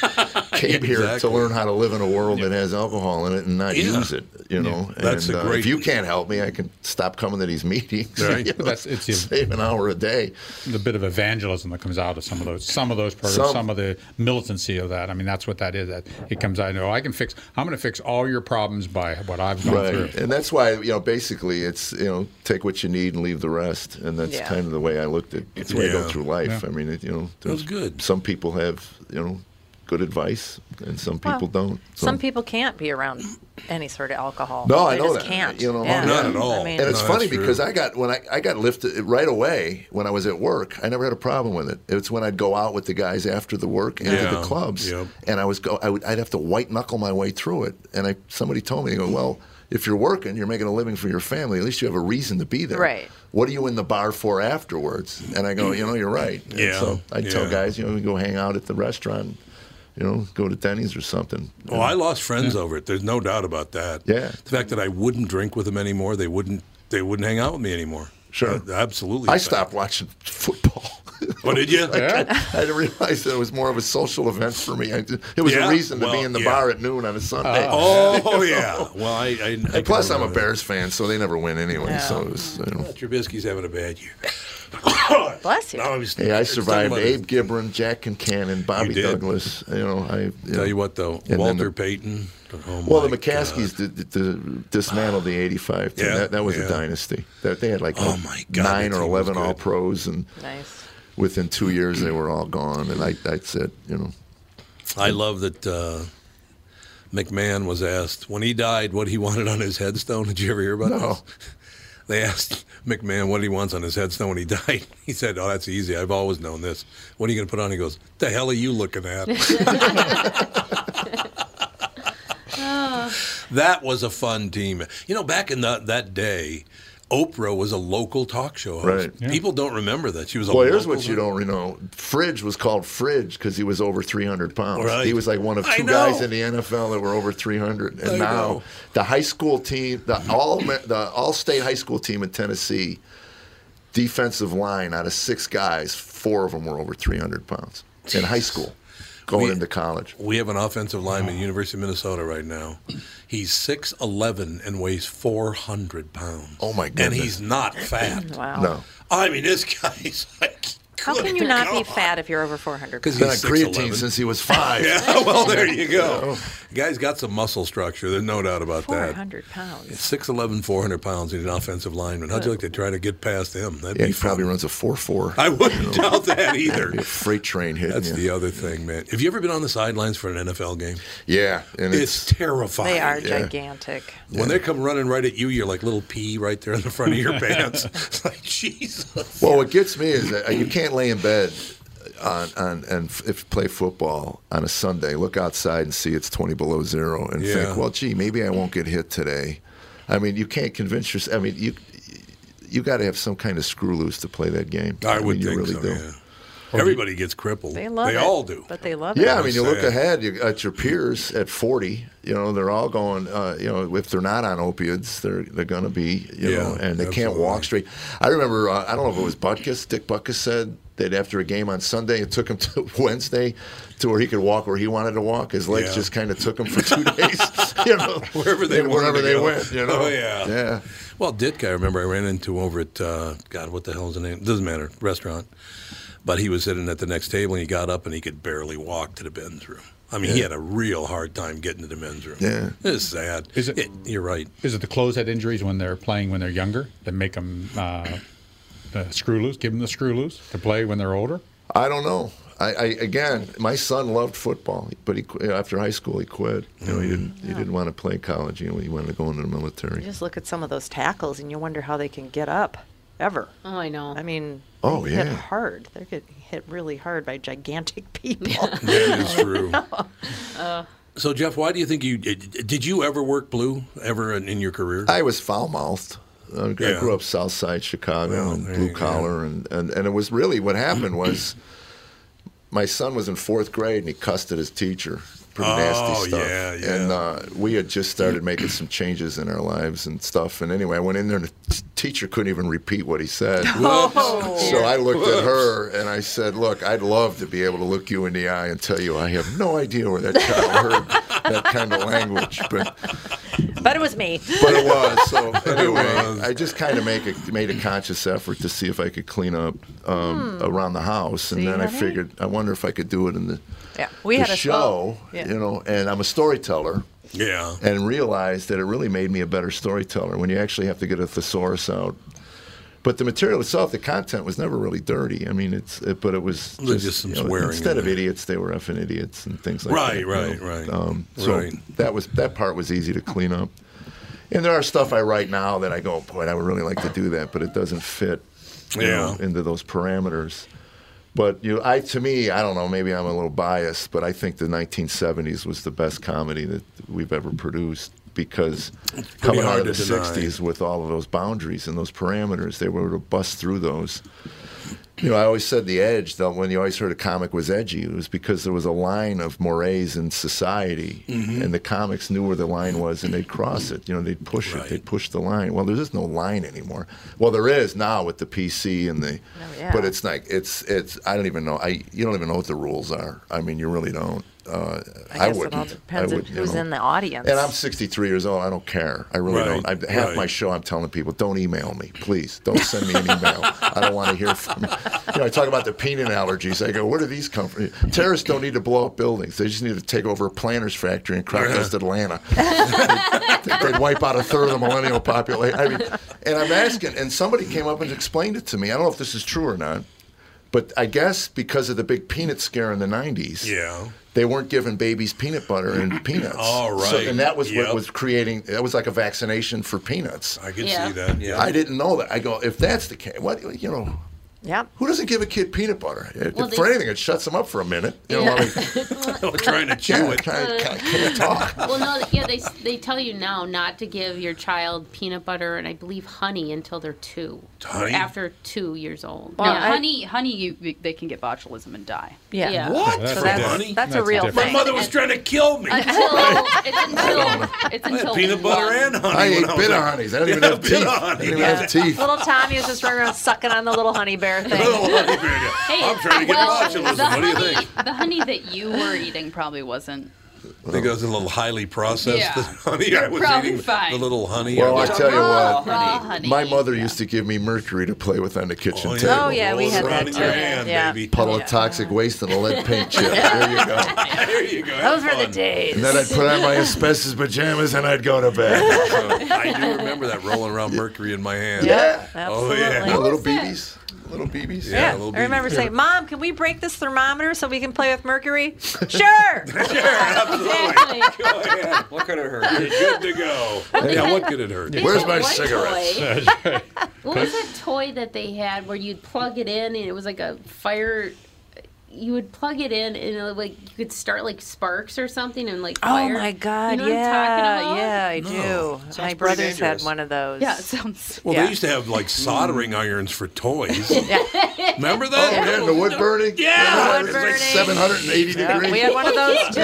came here
Exactly.
to learn how to live in a world that has alcohol in it and not
Yeah.
use it. You know,
That's
and,
a
uh,
great-
if you can't help me, I can stop coming to these meetings.
Right.
you know,
That's- it's the-
save an hour a day.
the bit of evangelism that comes out of some of those some of those programs,
Some.
some, of the militancy of that. I mean, that's what that is. That it comes out. No, I can fix. I'm going to fix all your problems by what I've gone
Right,
through.
and that's why you know basically it's you know take what you need and leave the rest, and that's
Yeah.
kind of the way I looked at the way
Yeah.
I go through life.
Yeah.
I mean, it, you know,
was
there's-
good.
Some people have you know good advice, and some people
Well,
don't. So-
Some people can't be around any sort of alcohol.
No, I
They
know
just
that.
Can't.
You know,
yeah.
not at all.
I mean,
and it's
No,
funny
that's
because
true.
I got when I, I got lifted right away when I was at work. I never had a problem with it. It's when I'd go out with the guys after the work into
Yeah.
the clubs,
Yep.
and I was go I would, I'd have to white knuckle my way through it. And I somebody told me, they go, well. If you're working, you're making a living for your family. At least you have a reason to be there.
Right.
What are you in the bar for afterwards? And I go, you know, you're right. And
Yeah,
So I tell
yeah.
guys, you know, we go hang out at the restaurant, you know, go to Denny's or something.
Oh, I lost friends over it. There's no doubt about that.
Yeah.
The fact that I wouldn't drink with them anymore, they wouldn't they wouldn't hang out with me anymore.
Sure.
Uh, absolutely.
I stopped watching football.
Oh, did you?
Yeah.
I didn't realize that it was more of a social event for me. I, ju- it was
Yeah?
a reason to
Well,
be in the
yeah.
bar at noon on a Sunday.
Oh yeah. Well, I. I, I can
and plus, I'm a
remember that.
Bears fan, so they never win anyway. So it was, you know.
Trubisky's having a bad year.
Bless you.
No, I was-
Hey, I
it's talking
survived
about-
Abe Gibron, Jack Concannon, Bobby
did.
Douglas. You know, I you know.
Tell you what, though,
then
Walter
the-
Payton. Oh
Well, the
my
McCaskies did, did, did dismantled the '85 team.
Yeah,
that, that was
yeah.
a dynasty. That they had like
Oh my God,
nine
that
or
team was
eleven
good.
All Pros, and
Nice.
within two years they were all gone. And I, that's it. You know,
God. I love that uh, McMahon was asked when he died what he wanted on his headstone. Did you ever hear about
No.
this? They asked McMahon what he wants on his headstone when he died. He said, "Oh, that's easy. I've always known this. What are you going to put on?" He goes, "The hell are you looking at?"
Oh.
That was a fun team. You know, back in the, that day, Oprah was a local talk show host.
Right. Yeah.
People don't remember that she was a.
well, here's
local
what you don't know: Fridge was called Fridge because he was over 300 pounds.
Right.
He was like one of
I
two
know.
guys in the NFL that were over 300. And
I
now
know.
the high school team, the all the all state high school team in Tennessee, defensive line out of six guys, four of them were over 300 pounds in high school, going
We-
into college.
We have an offensive lineman at University of Minnesota right now. He's 6'11 and weighs 400 pounds.
Oh, my
And
goodness.
he's not fat.
Wow.
No.
I mean, this guy's like.
How can you not be fat if you're over 400?
Because
Been on
he's
creatine
6'11.
since he was five.
yeah, well, there you go. The guy's got some muscle structure. There's no doubt about that.
400 pounds.
6'11, 400 pounds. He's an offensive lineman. How'd you like to try to get past him? That'd
Yeah,
be
he probably
fun.
runs a 4 4.
I wouldn't doubt that either.
Be a freight train hitting
That's
you.
the other thing, man. Have you ever been on the sidelines for an NFL game?
yeah, and
It's
it's,
terrifying.
They are
yeah.
gigantic.
When they come running right at you, you're like little pea right there in the front of your pants.
Oh,
It's like Jesus.
Well, what gets me is that uh, you can't lay in bed uh, on, on and f- if play football on a Sunday, look outside and see it's 20 below zero and
Yeah.
think, well, gee, maybe I won't get hit today. I mean, you can't convince yourself. I mean, you you got to have some kind of screw loose to play that game.
I would
mean, you
think
really
so.
do.
Yeah. Everybody gets crippled.
They love it.
all do.
But they love it.
Yeah, I mean, you look
Sad.
ahead you, at your peers at 40. You know, they're all going. Uh, you know, if they're not on opiates, they're they're going to be. You
Yeah,
know, and they can't
absolutely.
walk straight. I remember. Uh, I don't know if it was Butkus. Dick Butkus said that after a game on Sunday, it took him to Wednesday to where he could walk where he wanted to walk. His legs
Yeah.
just kind of took him for two days. You know,
Wherever they wanted
wherever
to
they
go.
went. You know.
Oh, yeah.
Yeah.
Well, Ditka, I remember I ran into over at, uh, God, what the hell is the name? Doesn't matter, restaurant. But he was sitting at the next table and he got up and he could barely walk to the men's room. I mean, he had a real hard time getting to the men's room.
Yeah.
It's sad.
Is it-
you're right.
Is it the closehead injuries when they're playing when they're younger that make them uh, uh, screw loose? Give them the screw loose to play when they're older.
I don't know. I, I again, my son loved football, but he qu- after high school he quit. You
Mm.
know, he didn't he didn't want to play college. You know, he wanted to go into the
You
military.
just look at some of those tackles and you wonder how they can get up ever.
Oh, I know.
I mean,
Oh,
they
yeah.
hit hard. They're getting hit really hard by gigantic people.
That is true.
Uh.
so, Jeff, why do you think you did you ever work blue ever in, in your career?
I was foul mouthed. I grew-
Yeah.
I grew up South Side Chicago,
Well,
and
there you
blue
go.
collar, and, and and it was really what happened was my son was in fourth grade and he cussed at his teacher. Pretty
Oh,
nasty stuff.
yeah, yeah.
And uh, we had just started making some changes in our lives and stuff. And anyway, I went in there and the t- teacher couldn't even repeat what he said. So I looked at her and I said, "Look, I'd love to be able to look you in the eye and tell you I have no idea where that child heard that kind of language, but
but it was me.
but it was. So anyway,
was.
I just kind of make a, made a conscious effort to see if I could clean up um, around the house, and
See,
then I
honey?
figured, I wonder if I could do it in the
Yeah, we
the
had a
show,
Yeah.
you know. And I'm a storyteller,
yeah.
and realized that it really made me a better storyteller when you actually have to get a thesaurus out. But the material itself, the content was never really dirty. I mean, it's it, but it was
There's just some swearing in
instead of
there.
idiots, they were effing idiots and things like
Right,
that. you
right,
know.
right,
Um, so
right.
that was that part was easy to clean up. And there are stuff I write now that I go, boy, I would really like to do that, but it doesn't fit you
Yeah.
know, into those parameters. But you, know, I to me, I don't know. Maybe I'm a little biased, but I think the 1970s was the best comedy that we've ever produced because coming out
hard
of the
to deny.
60s with all of those boundaries and those parameters, they were able to bust through those. You know, I always said the edge. Though when you always heard a comic was edgy, it was because there was a line of mores in society, and the comics knew where the line was, and they'd cross it. You know, they'd push
Right.
it, they'd push the line. Well, there is no line anymore. Well, there is now with the PC and the,
Oh, yeah.
but it's like it's it's. I don't even know. I you don't even know what the rules are. I mean, you really don't. Uh, I,
guess
wouldn't.
it all depends
I
on
wouldn't, you
who's
know.
in the audience.
And I'm 63 years old. I don't care. I really
Right,
don't. I, half
right.
my show, I'm telling people, don't email me, please. Don't send me an email. I don't want to hear from you. you know, I talk about the peanut allergies. I go, where do these come from? Terrorists don't need to blow up buildings. They just need to take over a planter's factory in Crocodile, Atlanta. They- They'd wipe out a third of the millennial population. I mean, and I'm asking, and somebody came up and explained it to me. I don't know if this is true or not, but I guess because of the big peanut scare in the 90s.
Yeah.
They weren't giving babies peanut butter and peanuts.
All
So,
right.
and that was
Yep.
what was creating, that was like a vaccination for peanuts.
I can
Yeah.
see that. Yeah.
I didn't know that. I go, if that's the case, what you know,
Yep.
who doesn't give a kid peanut butter? If-
Well,
for
they-
anything, it shuts them up for a minute. You know,
Yeah.
while they-
trying to chew
yeah,
it.
kinda- kinda can't talk.
Well, no, yeah, they they tell you now not to give your child peanut butter and I believe honey until they're two.
Honey?
After two years old.
Well,
yeah.
honey, honey, you, they can get botulism and die.
Yeah.
Yeah.
What?
That's
So
For
that's,
Honey?
that's a real
different.
My
thing.
mother was trying to kill me.
Until it's until it's until
Peanut butter
one.
and honey.
I
when
ate
was
bit of
there.
honeys. I don't even
Yeah,
have
bit of
teeth. I
honey.
don't even
Yeah.
have teeth.
Little Tanya's just running around sucking on the little honey bear thing.
Little honey bear, yeah.
Hey,
I'm trying to get
well,
botulism.
the
What do you
honey-
think?
The honey that you were eating probably wasn't.
I think it was a little highly processed
Yeah.
honey. I was
probably
eating
fine.
the little honey.
Well,
I
I
was-
tell you
Raw
what,
honey.
my mother used to give me mercury to play with on the kitchen table.
Oh, yeah, we
Roll it
had
around
that
in
too.
your hand,
Yeah.
baby.
Puddle of toxic waste and a lead paint chip. There you go.
There you go. Have
Those were the
fun.
days.
And then I'd put on my asbestos pajamas and I'd go to bed.
So, I do remember that rolling around mercury in my hand.
Yeah.
Oh,
Absolutely.
yeah.
The little BBs. Little BBs.
Yeah,
Yeah,
a little
I remember
bee.
saying, "Mom, can we break this thermometer so we can play with mercury?" sure.
Exactly.
Go ahead.
What could it hurt?
Good to go. Yeah, what could it hurt?
There's
Where's
that
my
one
cigarettes?
toy. What was that toy that they had where you'd plug it in and it was like a fire? You would plug it in and it, would, like you could start like sparks or something and like.
Oh
fire.
my
You
God!
know what I'm
yeah,
talking about?
yeah, I do. My
pretty
brothers had
dangerous.
one of those.
Yeah, it sounds.
Well,
Yeah.
they used to have like soldering irons for toys. Remember
Oh,
that?
man, the wood burning?
Yeah.
The wood
It's like
burning.
780 degrees.
we had one of those too.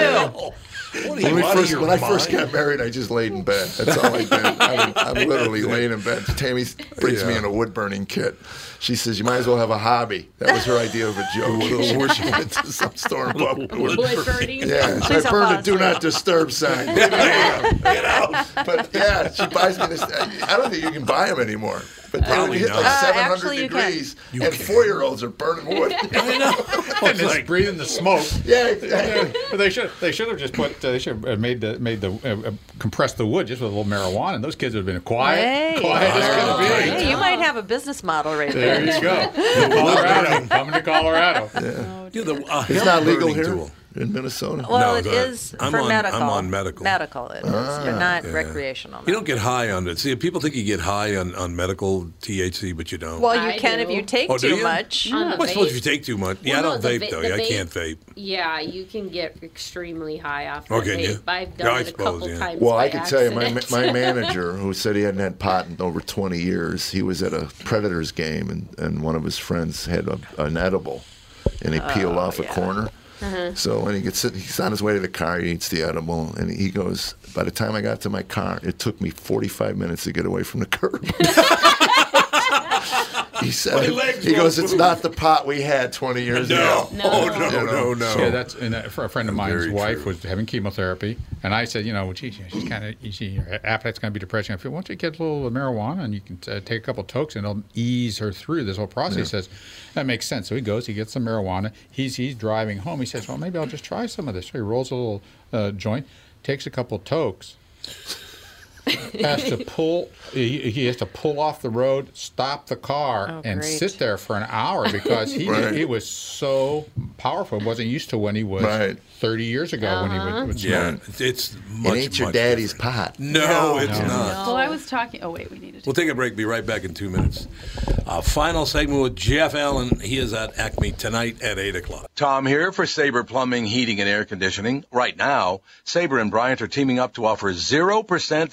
What are you,
When, we
out of
first,
your
when I first
mind?
got married, I just laid in bed. That's all I did. I'm, I'm literally laying in bed. Tammy brings me
Yeah.
in a wood burning kit. She says, "You might as well have a hobby." That was her idea of a joke. She went to some store and bought wood.
Wood burning.
Yeah, so I
Please don't
burned
fall
a "Do
asleep.
Not Disturb" sign. Leave me alone. But yeah, she buys me this. I don't think you can buy them anymore. But they
Probably
would hit
not.
like
Uh,
700
actually, you can.
degrees,
You
and
can.
four-year-olds are burning wood.
I know.
and it's breathing the smoke.
yeah, exactly.
But they should they should have just put uh, they should have made the made the uh, uh, compressed the wood just with a little marijuana, and those kids would have been quiet,
Hey.
quiet as
Oh.
could be.
Hey, you might have a business model right
There
there.
you go, Colorado, coming to Colorado.
Oh,
Yeah, the, uh,
It's not legal
burning
here
tool.
in Minnesota.
Well,
No,
it
the-
is
I'm
for
on- I'm
medical.
on medical. Ah,
Medical, it is, but not recreational.
You don't get high on it. See, people think you get high on, on medical THC, but you don't.
Well, you
I
can
do.
if you take
Oh, do
too
you?
much.
On the
Well, I suppose
vape.
if you take too much. Yeah,
Well,
I
no,
don't
the
vape,
va-
though.
the
Yeah, I
vape-
can't vape.
Yeah, you can get extremely high off
Oh,
the
can you?
vape. I've
Yeah, I
done it a
suppose,
couple
yeah.
times.
Well,
by
I can tell you, my,
accident.
my manager, who said he hadn't had pot in over 20 years, he was at a Predators game, and, and one of his friends had a, an edible, and he
Oh,
peeled off a corner.
Uh-huh.
So when he gets, he's on his way to the car, he eats the edible, and he goes. By the time I got to my car, it took me 45 minutes to get away from the curb. he said,
legs
he
won't
goes, it's
move."
not the pot we had 20 years ago.
No.
Oh, no,
You
no,
know.
no.
Yeah, that's and uh, for a friend of mine's
Very
wife
true.
was having chemotherapy, and I said, you know, well, gee, she's kind of she, her appetite's going to be depressing. I feel, why don't you get a little marijuana and you can uh, take a couple tokes and it'll ease her through this whole process. He says that makes sense. So he goes, he gets some marijuana. He's he's driving home. He says, well, maybe I'll just try some of this. So he rolls a little uh, joint, takes a couple tokes. has to pull. He, he has to pull off the road, stop the car,
Oh,
and
great.
sit there for an hour because he
Right.
he was so powerful. Wasn't used to when he was
Right.
30 years ago when he
Uh-huh.
would, would
Yeah,
smoke.
it's- it's much,
It ain't your
much
daddy's
different.
pot.
No, it's not.
Well, I was talking. Oh wait, we needed. To
We'll take a break. Be right back in two minutes. Uh, final segment with Jeff Allen. He is at Acme tonight at 8 o'clock.
Tom here for Sabre Plumbing, Heating, and Air Conditioning. Right now, Sabre and Bryant are teaming up to offer 0%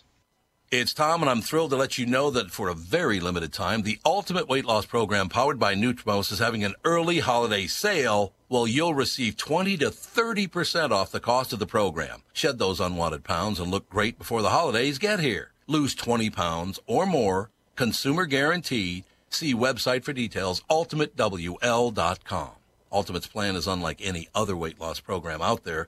It's Tom, and I'm thrilled to let you know that for a very limited time, the Ultimate Weight Loss Program powered by Nutrimos is having an early holiday sale. Well, you'll receive 20 to 30% off the cost of the program. Shed those unwanted pounds and look great before the holidays get here. Lose 20 pounds or more. Consumer guaranteed. See website for details, ultimatewl.com. Ultimate's plan is unlike any other weight loss program out there,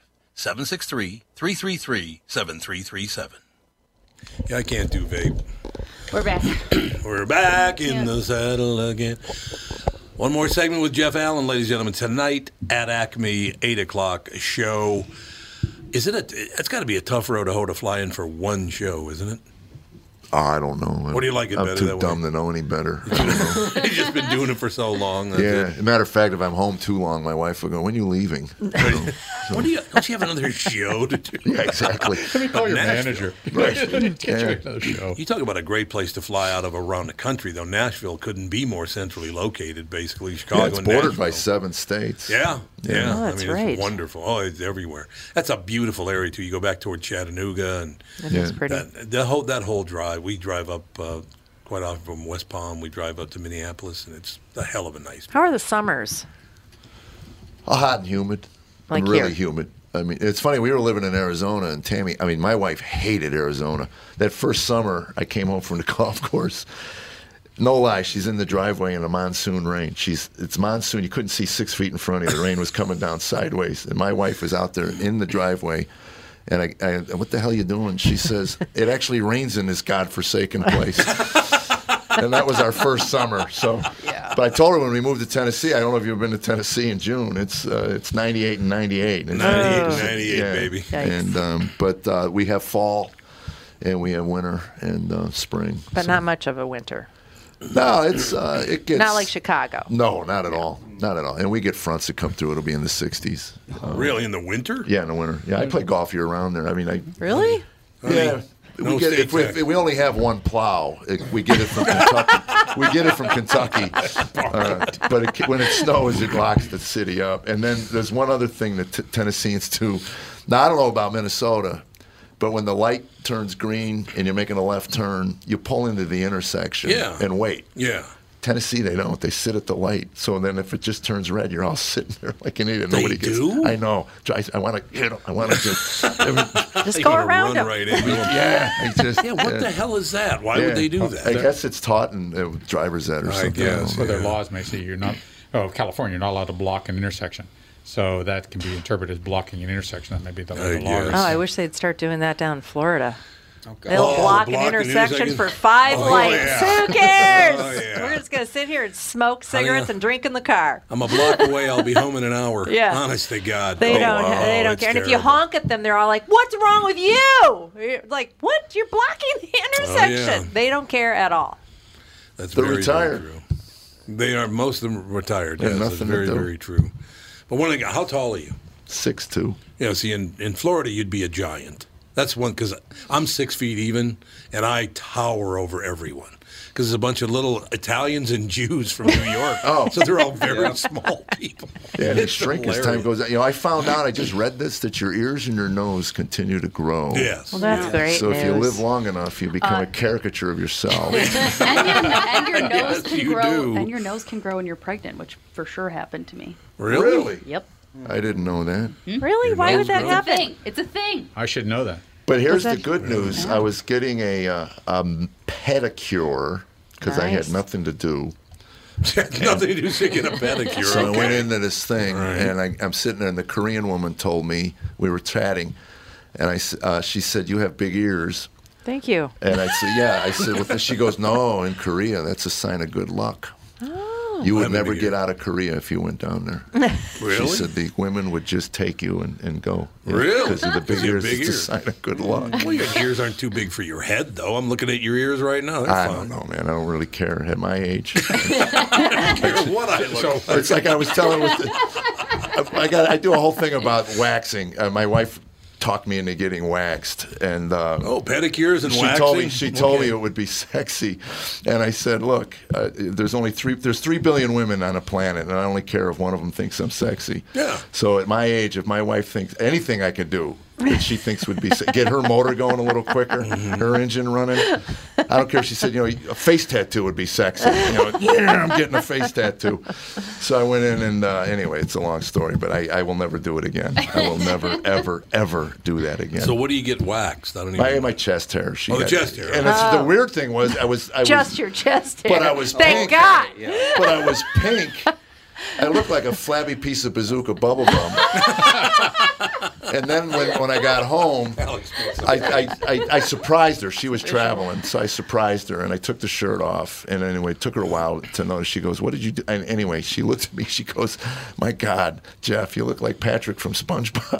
763 333 7337. Yeah, I can't do vape.
We're back.
We're back in the saddle again. One more segment with Jeff Allen, ladies and gentlemen, tonight at Acme, 8 o'clock show. Is it a, it's got to be a tough road to hoe to fly in for one show, isn't it?
Oh, I don't know.
What do you like it
I'm
better
too
that way?
dumb to know any better.
He's just been doing it for so long. that's
yeah.
it.
As a matter of fact, if I'm home too long, my wife will go, "When are you leaving?"
What do you, don't you have another show to do?
Yeah, exactly.
Let me call
But
your
Nashville-
manager. Get you another show.
You talk about a great place to fly out of around the country, though. Nashville couldn't be more centrally located, basically. Chicago
Yeah, it's
and
bordered by
Nashville.
seven states.
Yeah, yeah.
Yeah.
Oh, that's
I mean,
right.
it's wonderful. Oh, it's everywhere. That's a beautiful area too. You go back toward Chattanooga and
It is
Yeah.
pretty.
that, that whole that whole drive. We drive up uh, quite often from West Palm. We drive up to Minneapolis, and it's a hell of a nice.
How are the summers?
Uh, hot and humid.
Like
and really
here.
humid. I mean, it's funny. We were living in Arizona, and Tammy. I mean, my wife hated Arizona. That first summer, I came home from the golf course. No lie, she's in the driveway in a monsoon rain. She's it's monsoon. You couldn't see six feet in front of you. The rain was coming down sideways, and my wife was out there in the driveway. And I, I what the hell are you doing? She says it actually rains in this godforsaken place. and that was our first summer. So, but I told her when we moved to Tennessee, I don't know if you've been to Tennessee in June. It's uh, it's 98 and 98. It's-
98,
it's-
98, baby.
Yikes.
And um, but uh, we have fall, and we have winter and uh, spring.
But
So-
not much of a winter.
no, it's uh, it gets
Not like Chicago.
No, not at all, not at all. And we get fronts that come through. It'll be in the 60s. Uh,
Really, in the winter?
yeah, in the winter.
Mm.
Yeah, I play golf year round there. I mean, I
Really?
yeah.
no
we get it,
state
if, we,
tax.
if we only have one plow, it, we get it from Kentucky. we get it from Kentucky. Uh, but it, when it snows, it locks the city up. And then there's one other thing that t- Tennesseans do. Now, I don't know about Minnesota, but when the light turns green and you're making a left turn, you pull into the intersection
Yeah.
and wait.
Yeah.
Tennessee, they don't. They sit at the light. So then, if it just turns red, you're all sitting there like an idiot.
They
Nobody gets.
do?
I know. I, want to hit 'em. I want to just.
Just
They're
go
gonna
around
run
them.
right in.
yeah. I just,
Yeah. What
yeah.
the hell is that? Why
Yeah.
would they do that?
I guess it's taught in uh, driver's ed or
I
something.
guess,
Well,
yeah.
their laws may say you're not. Oh, California, you're not allowed to block an intersection. So that can be interpreted as blocking an intersection. That may be the way the
I
law.
guess.
is.
Oh, I wish they'd start doing that down in Florida.
Oh, God.
They'll
Oh,
block,
block
an
an
intersection
intersection.
for five
Oh,
lights.
yeah.
Who cares?
Oh, yeah.
We're just going to sit here and smoke
Honey,
cigarettes
uh,
and drink in the car.
I'm a block away. I'll be home in an hour.
Yeah.
Honest to God.
They
Oh,
don't.
wow,
they don't
it's
care. And if you
terrible.
honk at them, they're all like, "What's wrong with you?" You're like, "What? You're blocking the
Oh,
intersection." They don't care at all.
That's
They're
very,
retired.
Very true. They are most of them retired.
They
Yes,
have
that's
nothing to
very
do.
very true. But one thing, how tall are you?
Six two.
You know, see, in, in Florida, you'd be a giant. That's one because I'm six feet even, and I tower over everyone because there's a bunch of little Italians and Jews from New York.
Oh.
so they're all very
Yeah.
small people.
Yeah, they
It's
shrink as time
hilarious.
goes on. You know, I found out. I just read this that your ears and your nose continue to grow.
Yes.
Well, that's great
So
news. Uh,
if you live long enough, you become a caricature of yourself.
and your, and your nose
Yes,
can
you
grow.
do.
And your nose can grow when you're pregnant, which for sure happened to me.
really?
Yep.
Hmm?
I didn't know that.
really? Why would
nose
that
grows.
happen?
Thing. It's a thing.
I should know that.
But here's
that-
the good news. I was getting a, uh, a pedicure because I
Nice.
had nothing to do.
Nothing to do with get a pedicure.
So I
okay.
went into this thing,
Right.
and I, I'm sitting there, and the Korean woman told me we were chatting, and I, s- uh, she said, "You have big ears."
Thank you.
And I said, "Yeah." I said, well, "She goes, no. In Korea, that's a sign of good luck."
Oh.
You would
Women
never
here.
get out of Korea if you went down there.
Really?
She said the women would just take you and, and go.
Really?
Because of the big
Because you're
ears.
big
it's a
ears.
sign of good luck.
Well, your ears aren't too big for your head, though. I'm looking at your ears right now. They're
I
fine.
don't know, man. I don't really care at my age.
what I look
So it's like I was telling. With the, I got. I do a whole thing about waxing. Uh, my wife talked me into getting waxed, and uh,
Oh, pedicures and
she told me
waxing?
she told
Okay.
me it would be sexy, and I said, "Look, uh, there's only three. There's three billion women on a planet, and I only care if one of them thinks I'm sexy.
Yeah.
So at my age, if my wife thinks anything I could do that she thinks would be se- get her motor going a little quicker,
Mm-hmm.
her engine running, I don't care. if She said, you know, a face tattoo would be sexy. You know, yeah, I'm getting a face tattoo. So I went in, and uh, anyway, it's a long story, but I, I will never do it again. I will never, ever, ever do that again.
So what do you get waxed? I don't even.
I had my chest hair. She
Oh, the
had-
chest hair.
And it's,
Oh.
the weird thing was, I was, I
Just
was,
your chest hair.
but I was pink.
Thank God.
but I was pink. I looked like a flabby piece of bazooka bubble gum. and then when, when I got home, I, I, I, I surprised her. She was traveling, so I surprised her, and I took the shirt off. And anyway, it took her a while to notice. She goes, "What did you do?" And anyway, she looked at me. She goes, "My God, Jeff, you look like Patrick from SpongeBob."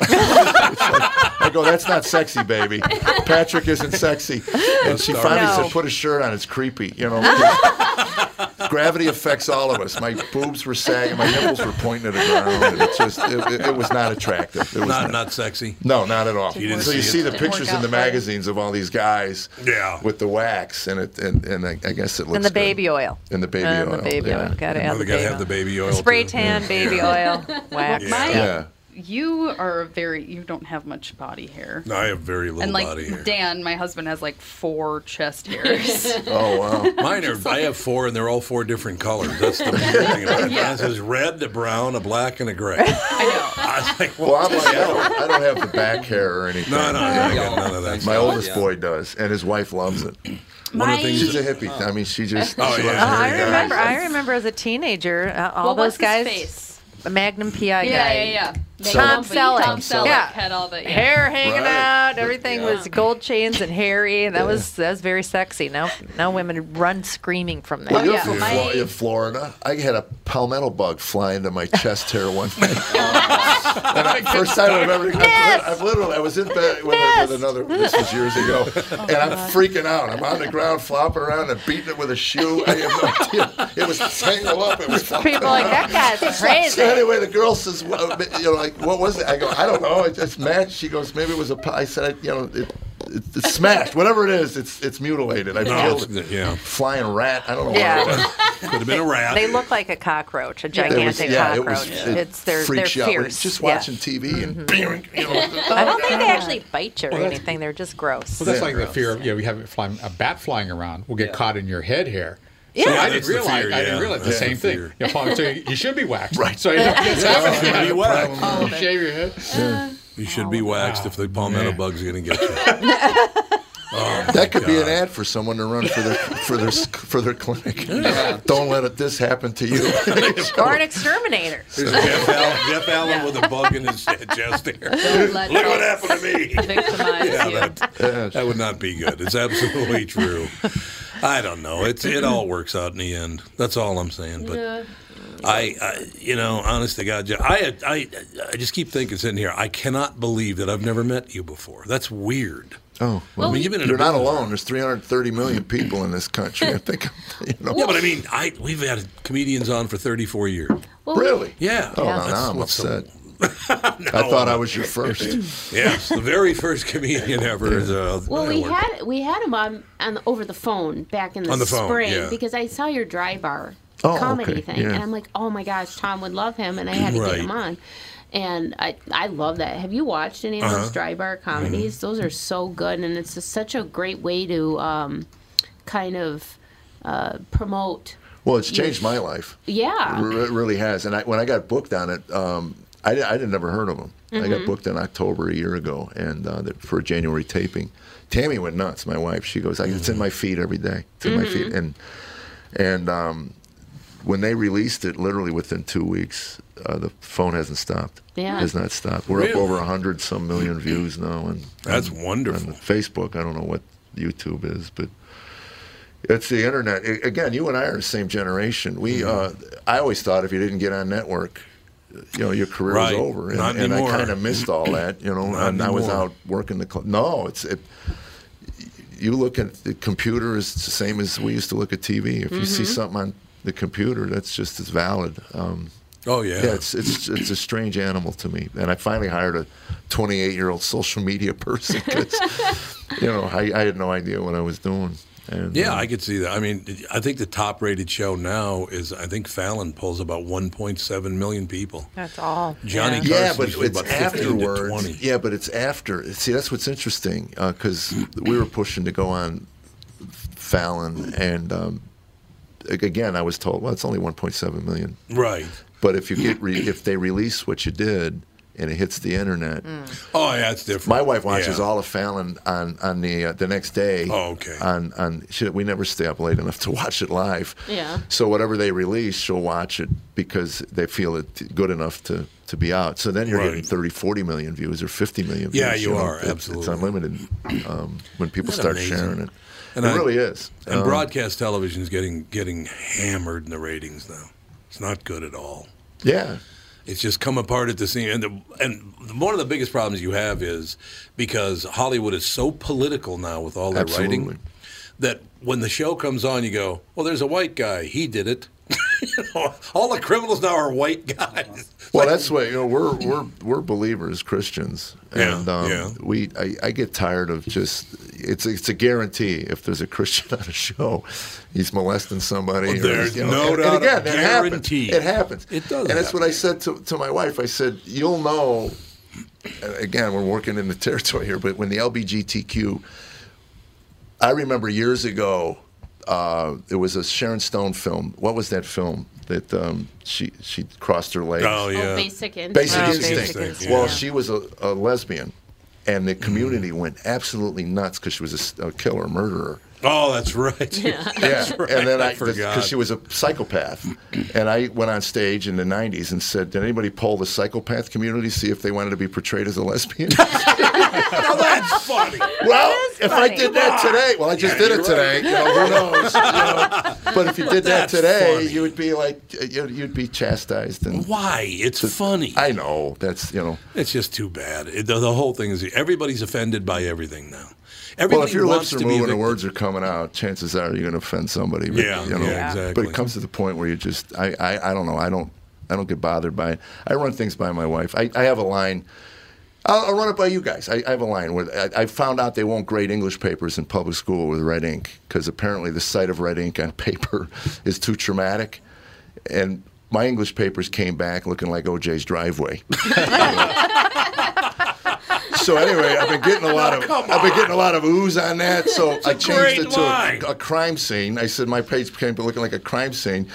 It's like- I go, "That's not sexy, baby. Patrick isn't sexy." And she finally
No.
said, "Put a shirt on. It's creepy." You know. Gravity affects all of us. My boobs were sagging, my nipples were pointing at the ground. And it's just, it, it, it was not attractive. It was
Not not sexy.
no, not at all.
You didn't
so you
see
see
it.
the
Didn't work
pictures in
out
the
for you.
magazines of all these guys
Yeah.
with the wax, and it and, and I, I guess it looks
And the
good.
baby oil.
and the baby
and
oil.
the baby
yeah.
oil. Got to add
Well,
the
they gotta
baby
have the baby oil.
oil. Spray
too.
tan, baby oil, wax.
Yeah.
My,
Yeah.
You are very. You don't have much body hair.
I have very little
and like
body hair.
Dan, my husband has like four chest hairs.
Oh wow.
Mine are. I have four, and they're all four different colors. That's the weird thing about it. Mine says red, a brown, a black, and a gray.
I know.
I was like,
Well, I'm like, I don't, I don't have the back hair or anything.
no, no, I
Yeah.
got none of that.
My oldest
Yeah.
boy does, and his wife loves it.
One of the things
She's a hippie. I mean, she just.
Oh,
she
yeah.
loves
Oh, I
her guys.
remember. I remember as a teenager, uh, all
well,
those
what's
guys,
His face?
the Magnum PI guy,
Yeah, yeah, yeah. They
Tom
love-
Selleck.
Tom Selleck
Yeah.
had all the yeah.
hair hanging
Right.
out. Everything
Yeah.
was gold chains and hairy. and That was that was very sexy. Now now women run screaming from that.
Well, you're
yeah,
from
my-
Flo- in Florida. I had a palmetto bug fly into my chest hair one night. And I- first time I've ever.
Nest!
I've, I've literally. I was in bed with, a- with
Nest!
another. This was years ago,
Oh,
and I'm freaking out. I'm on the ground, flopping around, and beating it with a shoe. I have no idea. It was tangled up. It was flopping
People are like
around.
that guy's
So
crazy.
anyway, the girl says, well, "You know, like what was it?" I go, "I don't know. It just smashed." She goes, "Maybe it was a." pi-" I said, "You know, it, it, it's smashed. Whatever it is, it's it's mutilated. I
No,
killed
it's-
it.
yeah.
Flying rat. I don't know.
Yeah.
What it was.
Could have been a rat.
They look like a cockroach, a
It was-
gigantic
yeah, it was-
cockroach.
it
it's they're they're
freaks you out. Like,
fierce.
Just
yeah. Mm-hmm.
watching TV and bing, you know,
I
Oh,
don't think they actually bite you or anything. They're just gross.
Well, that's
Yeah.
like the fear of, yeah, we have it flying, a bat flying around will get
Yeah.
caught in your head hair.
Yeah.
So I
That's
didn't
the
realize.
fear,
I didn't
yeah.
realize the
That's
same
the
thing.
fear.
You're falling- so you, you should be waxed.
Right.
So you know, it's happening.
You be waxed.
You shave your head.
You should be waxed if the palmetto
man.
bug's going to get you.
that could be an ad for someone to run for their for their for their clinic. Don't let it, this happen to you.
or an exterminator.
There's Jeff Allen, Jeff Allen with a bug in his chest hair.
Let
Look what
us
happened to me.
Victimize
Yeah,
you.
that, that would not be good. It's absolutely true. I don't know. It's it all works out in the end. That's all I'm saying. But
Yeah.
I, I, you know, honest to God, Jeff, I, I, I just keep thinking sitting here. I cannot believe that I've never met you before. That's weird.
oh, well,
I mean, you've been in
you're
a
not
business-
alone. There's 330 million people in this country. I think you know.
Yeah, but I mean, I we've had comedians on for 34 years.
Well, we-
really.
Yeah.
Oh,
Yeah.
no, now I'm
what's so-
upset. I thought I was your first.
Yes, the very first comedian ever. Is, uh,
Well, we
worked.
had we had him on, on the, over the phone back in the,
On the phone,
spring
yeah.
because I saw your dry bar
Oh,
comedy
okay,
thing,
yeah.
and I'm like, oh my gosh, Tom would love him, and I had to
Right.
get him on. And I, I love that. Have you watched any of those
Uh-huh.
dry bar comedies?
Mm-hmm.
Those are so good, and it's just such a great way to um, kind of uh, promote.
Well, it's changed my life.
Yeah,
It re- really has. And I, when I got booked on it, um, I, di- I had never heard of them. I
Mm-hmm.
got booked in October a year ago and uh, the, for a January taping. Tammy went nuts. My wife, she goes, I, "It's in my
Mm-hmm.
feet every day. It's in my
Mm-hmm.
feet." And and um, when they released it, literally within two weeks, uh, the phone hasn't stopped.
Yeah.
has not stopped. We're up
Really?
over hundred some million views now, and
That's
on-
wonderful.
On Facebook, I don't know what YouTube is, but It's the internet. I- again, you and I are the same generation. We, uh,
Mm-hmm.
I always thought if you didn't get on network, you know, your career
Right.
was over. And,
Not
and I
anymore.
kind of missed all that, you know.
Not
and I was
anymore.
out working the. Cl- no, it's it. You look at the computer is the same as we used to look at TV. If you see
Mhm.
something on the computer, that's just as valid. Um,
Oh, yeah.
Yeah, it's it's it's a strange animal to me. And I finally hired a 28 year old social media person because you know I, I had no idea what I was doing. And,
Yeah,
uh,
I could see that. I mean, I think the top rated show now is I think Fallon pulls about 1.7 million people.
That's all.
Johnny Carson
Yeah.
yeah, but
used to be
it's
about 15 to
afterwards.
20.
Yeah, but it's after. See, that's what's interesting because we were pushing to go on Fallon, and um, a- again, I was told, well, it's only 1.7 million.
Right.
But if you get re- if they release what you did and it hits the internet,
Oh, yeah, it's different.
My wife watches
Yeah.
all of Fallon on on the uh, the next day.
Oh, okay.
On on she, we never stay up late enough to watch it live.
Yeah.
So whatever they release, she'll watch it because they feel it good enough to to be out. So then you're
Right.
getting 30, 40 million views or 50 million views.
Yeah, you are,
It- It's
absolutely.
unlimited um, when people
Isn't that
start
amazing?
sharing it.
And
it
I-
really is.
And
Um,
broadcast television is getting getting hammered in the ratings now. It's not good at all.
Yeah.
It's just come apart at the seam. And, the, and one of the biggest problems you have is because Hollywood is so political now with all their
Absolutely.
writing that when the show comes on, you go, well, there's a white guy. He did it. you know, all the criminals now are white guys.
Well, that's why you know we're we're we're believers, Christians,
Yeah,
and um,
yeah.
we I, I get tired of just it's it's a guarantee if there's a Christian on a show, he's molesting somebody.
Well,
or
there's
he's, you know,
no
and,
doubt
and again,
a
that happens.
guarantee.
It happens.
It does
And that's
happen.
what I said to to my wife. I said, you'll know. and Again, we're working in the territory here, but when the LBGTQ, I remember years ago. Uh, it was a Sharon Stone film. What was that film that um, she she crossed her legs?
Oh, yeah.
Basic Instinct.
Basic
Oh,
Instinct.
Basic Instinct,
Well,
yeah. Mm-hmm.
she was a, a lesbian, and the community went absolutely nuts because she was a s- a, killer murderer.
Oh, that's right. That's right.
and then I
forgot.
because she was a psychopath, and I went on stage in the '90s and said, "Did anybody poll the psychopath community see if they wanted to be portrayed as a lesbian?"
Now that's funny.
well,
That is
if I
funny.
did that today, well, I just did it today. You know, who knows? you know? But if you did that
That's
today,
funny.
you would be like, uh, you'd, you'd be chastised. And
Why? It's funny.
I know that's you know.
It's just too bad. It, the, the whole thing is everybody's offended by everything now. Everybody
Well, if your
wants
lips are
to be
moving
the-
and words are coming out, chances are you're going to offend somebody. But,
Yeah,
you know,
yeah,
But
exactly.
it comes to the point where you just, I, I, I don't know, I don't, I don't get bothered by it. I run things by my wife. I, I have a line. I'll, I'll run it by you guys. I, I have a line where I, I found out they won't grade English papers in public school with red ink because apparently the sight of red ink on paper is too traumatic, and. My English papers came back looking like OJ's driveway. So anyway, I've been getting a lot of I've been getting a lot of ooze on that. So I
great
changed it to
line.
a, a crime scene. I said my page became looking like a crime scene,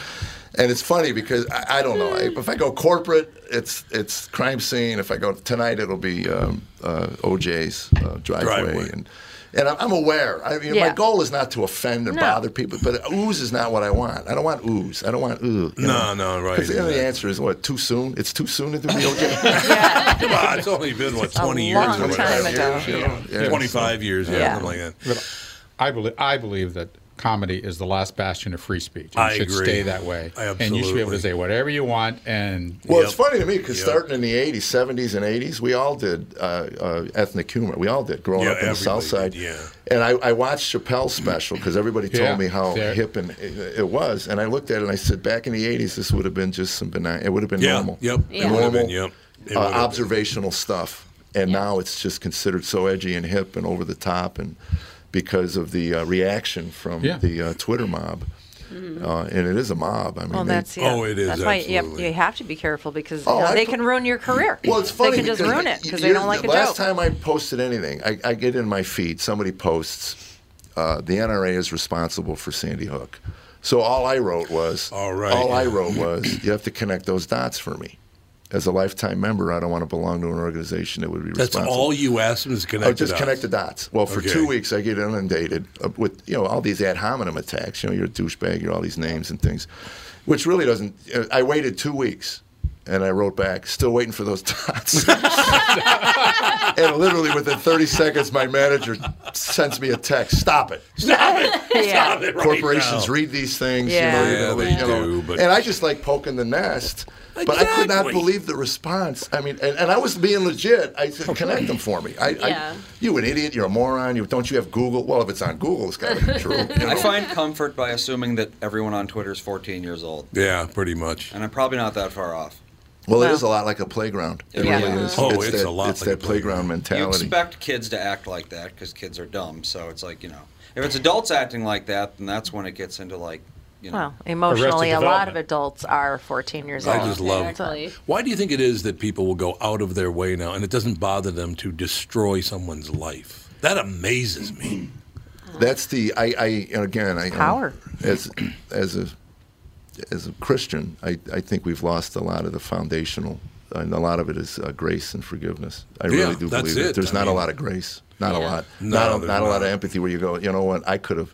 and it's funny because I, I don't know I, if I go corporate, it's it's crime scene. If I go tonight, it'll be um, uh, OJ's uh, driveway,
Driveway.
and. And I'm- I'm aware. I mean,
Yeah.
my goal is not to offend or
No.
bother people, but ooze is not what I want. I don't want ooze. I don't want ooh. you
No,
know?
no, right,
'Cause the only
exactly.
answer is what? Too soon? It's too soon to do the OJ.
Come on, it's only been what
a
twenty years,
long
or
time
whatever.
ago.
You know,
Yeah. Yeah.
twenty-five years, yeah,
Yeah.
something like that.
But I believe I believe that comedy is the last bastion of free speech. It
I
should
agree.
stay that way.
I
And you should be able
absolutely-
to say whatever you want and
Well,
Yep.
it's funny to me because
Yep.
starting in the 80s, 70s, and 80s, we all did uh, uh, ethnic humor. We all did growing
Yeah,
up in the South
everybody
Side.
did,
And I, I watched Chappelle's special because everybody told
Yeah,
me how
yeah.
hip and it, it was. And I looked at it and I said, back in the 80s, this would have been just some benign, it would have been
Yeah,
normal.
yep, it
Yeah.
would have been,
Normal,
yep. It
uh,
would have been.
observational stuff. And
Yeah.
now it's just considered so edgy and hip and over the top and because of the uh, reaction from
Yeah.
the uh, Twitter mob. Uh, and it is a mob. I mean,
Mm-hmm. Well,
they-
that's yeah.
Oh, it is,
That's why you have,
absolutely.
you have to be careful because you
Oh,
know,
I
they
put-
can ruin your career.
Well, it's funny
They can just
because
ruin it because they
you're-
don't like
the
a
last
joke.
time I posted anything, I, I get in my feed. Somebody posts, uh, the NRA is responsible for Sandy Hook. So all I wrote was,
All right.
all I wrote was, you have to connect those dots for me. As a lifetime member, I don't want to belong to an organization that would be
That's
responsible.
all you asked them is
Oh,
connected.
just
dots.
connect the dots. Well, for
Okay.
two e- weeks, I get inundated uh, with you know all these ad hominem attacks. You know, you're a douchebag. You're all these names and things, which really doesn't. uh, I waited two weeks And I wrote back, still waiting for those tots. and literally within 30 seconds, my manager sends me a text, stop it.
Stop it. Stop it right
Corporations
now.
read these things.
Yeah.
You know,
Yeah,
you know,
they
you know.
do, but-
And I just like poking the nest. But I could not
Exactly.
believe the response. I mean, and, and I was being legit. I said, connect them for me. I,
Yeah.
I, you an idiot. You're a moron. You, don't you have Google? Well, if it's on Google, it's got to be true. you
I
know?
find comfort by assuming that everyone on Twitter is 14 years old.
Yeah, pretty much.
And I'm probably not that far off.
Well, it is a lot like a playground. It
Yeah.
really is.
Oh, it's
that,
a lot
It's
like a
that playground
You
mentality.
expect kids to act like that because kids are dumb. So it's like, you know, if it's adults acting like that, then that's when it gets into like, you know.
Well, emotionally, a
Arrested
lot of
Development.
adults are 14 years old.
I just love. Why do you think it is that people will go out of their way now, and it doesn't bother them to destroy someone's life? That amazes me.
That's the I. I and again, I um,
Power.
as as a as a Christian, I, I think we've lost a lot of the foundational, and a lot of it is uh, grace and forgiveness. I
Yeah,
really do
that's
believe
it.
it. There's
I
not
mean-
a lot of grace, not a
Yeah.
lot,
No,
not a,
there's
not a lot
not.
of empathy. Where you go, you know what? I could have,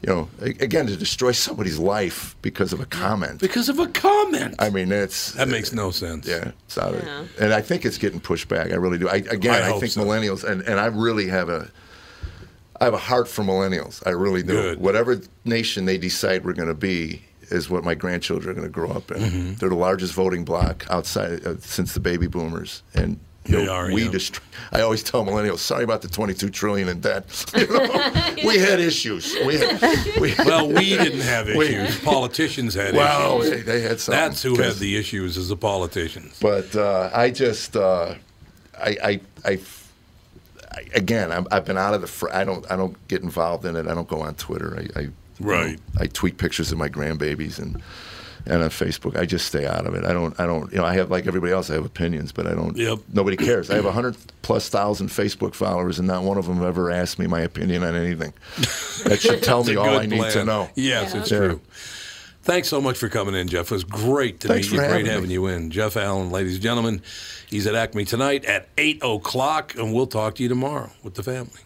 you know, a- again to destroy somebody's life because of a comment.
Because of a comment.
I mean, it's
That makes no sense.
Yeah, it's out of-
Yeah.
and I think it's getting pushed back. I really do. I, again,
I
I,
hope
think
so.
millennials, and, and I really have a, I have a heart for millennials. I really do. Whatever nation they decide we're going to be is what my grandchildren are going to grow up in.
Mm-hmm.
They're the largest voting bloc outside uh, since the baby boomers, and you
They
know,
are,
we
yeah.
dest- I always tell millennials, sorry about the 22 trillion in debt. You know, we had issues. We had, we
well, we didn't have
We-
issues. Politicians had
Well,
issues.
they- they had something,
That's who had
'cause-
the issues, is the politicians.
But uh, I just, uh, I, I, I, I- again, I'm, I've been out of the. Fr- I don't, I don't get involved in it. I don't go on Twitter. I, I
Right.
I tweet pictures of my grandbabies and and on Facebook. I just stay out of it. I don't, I don't. You know, I have like everybody else. I have opinions, but I don't.
Yep.
Nobody cares. I have a hundred plus thousand Facebook followers, and not one of them ever asked me my opinion on anything. That should tell
It's a
me all
good
I need to
plan.
know.
Yes, it's
Yeah.
true. Thanks so much for coming in, Jeff. It was great to
Thanks
meet you.
for
Great
having me.
having you in. Jeff Allen, ladies and gentlemen, he's at Acme tonight at 8 o'clock, and we'll talk to you tomorrow with the family.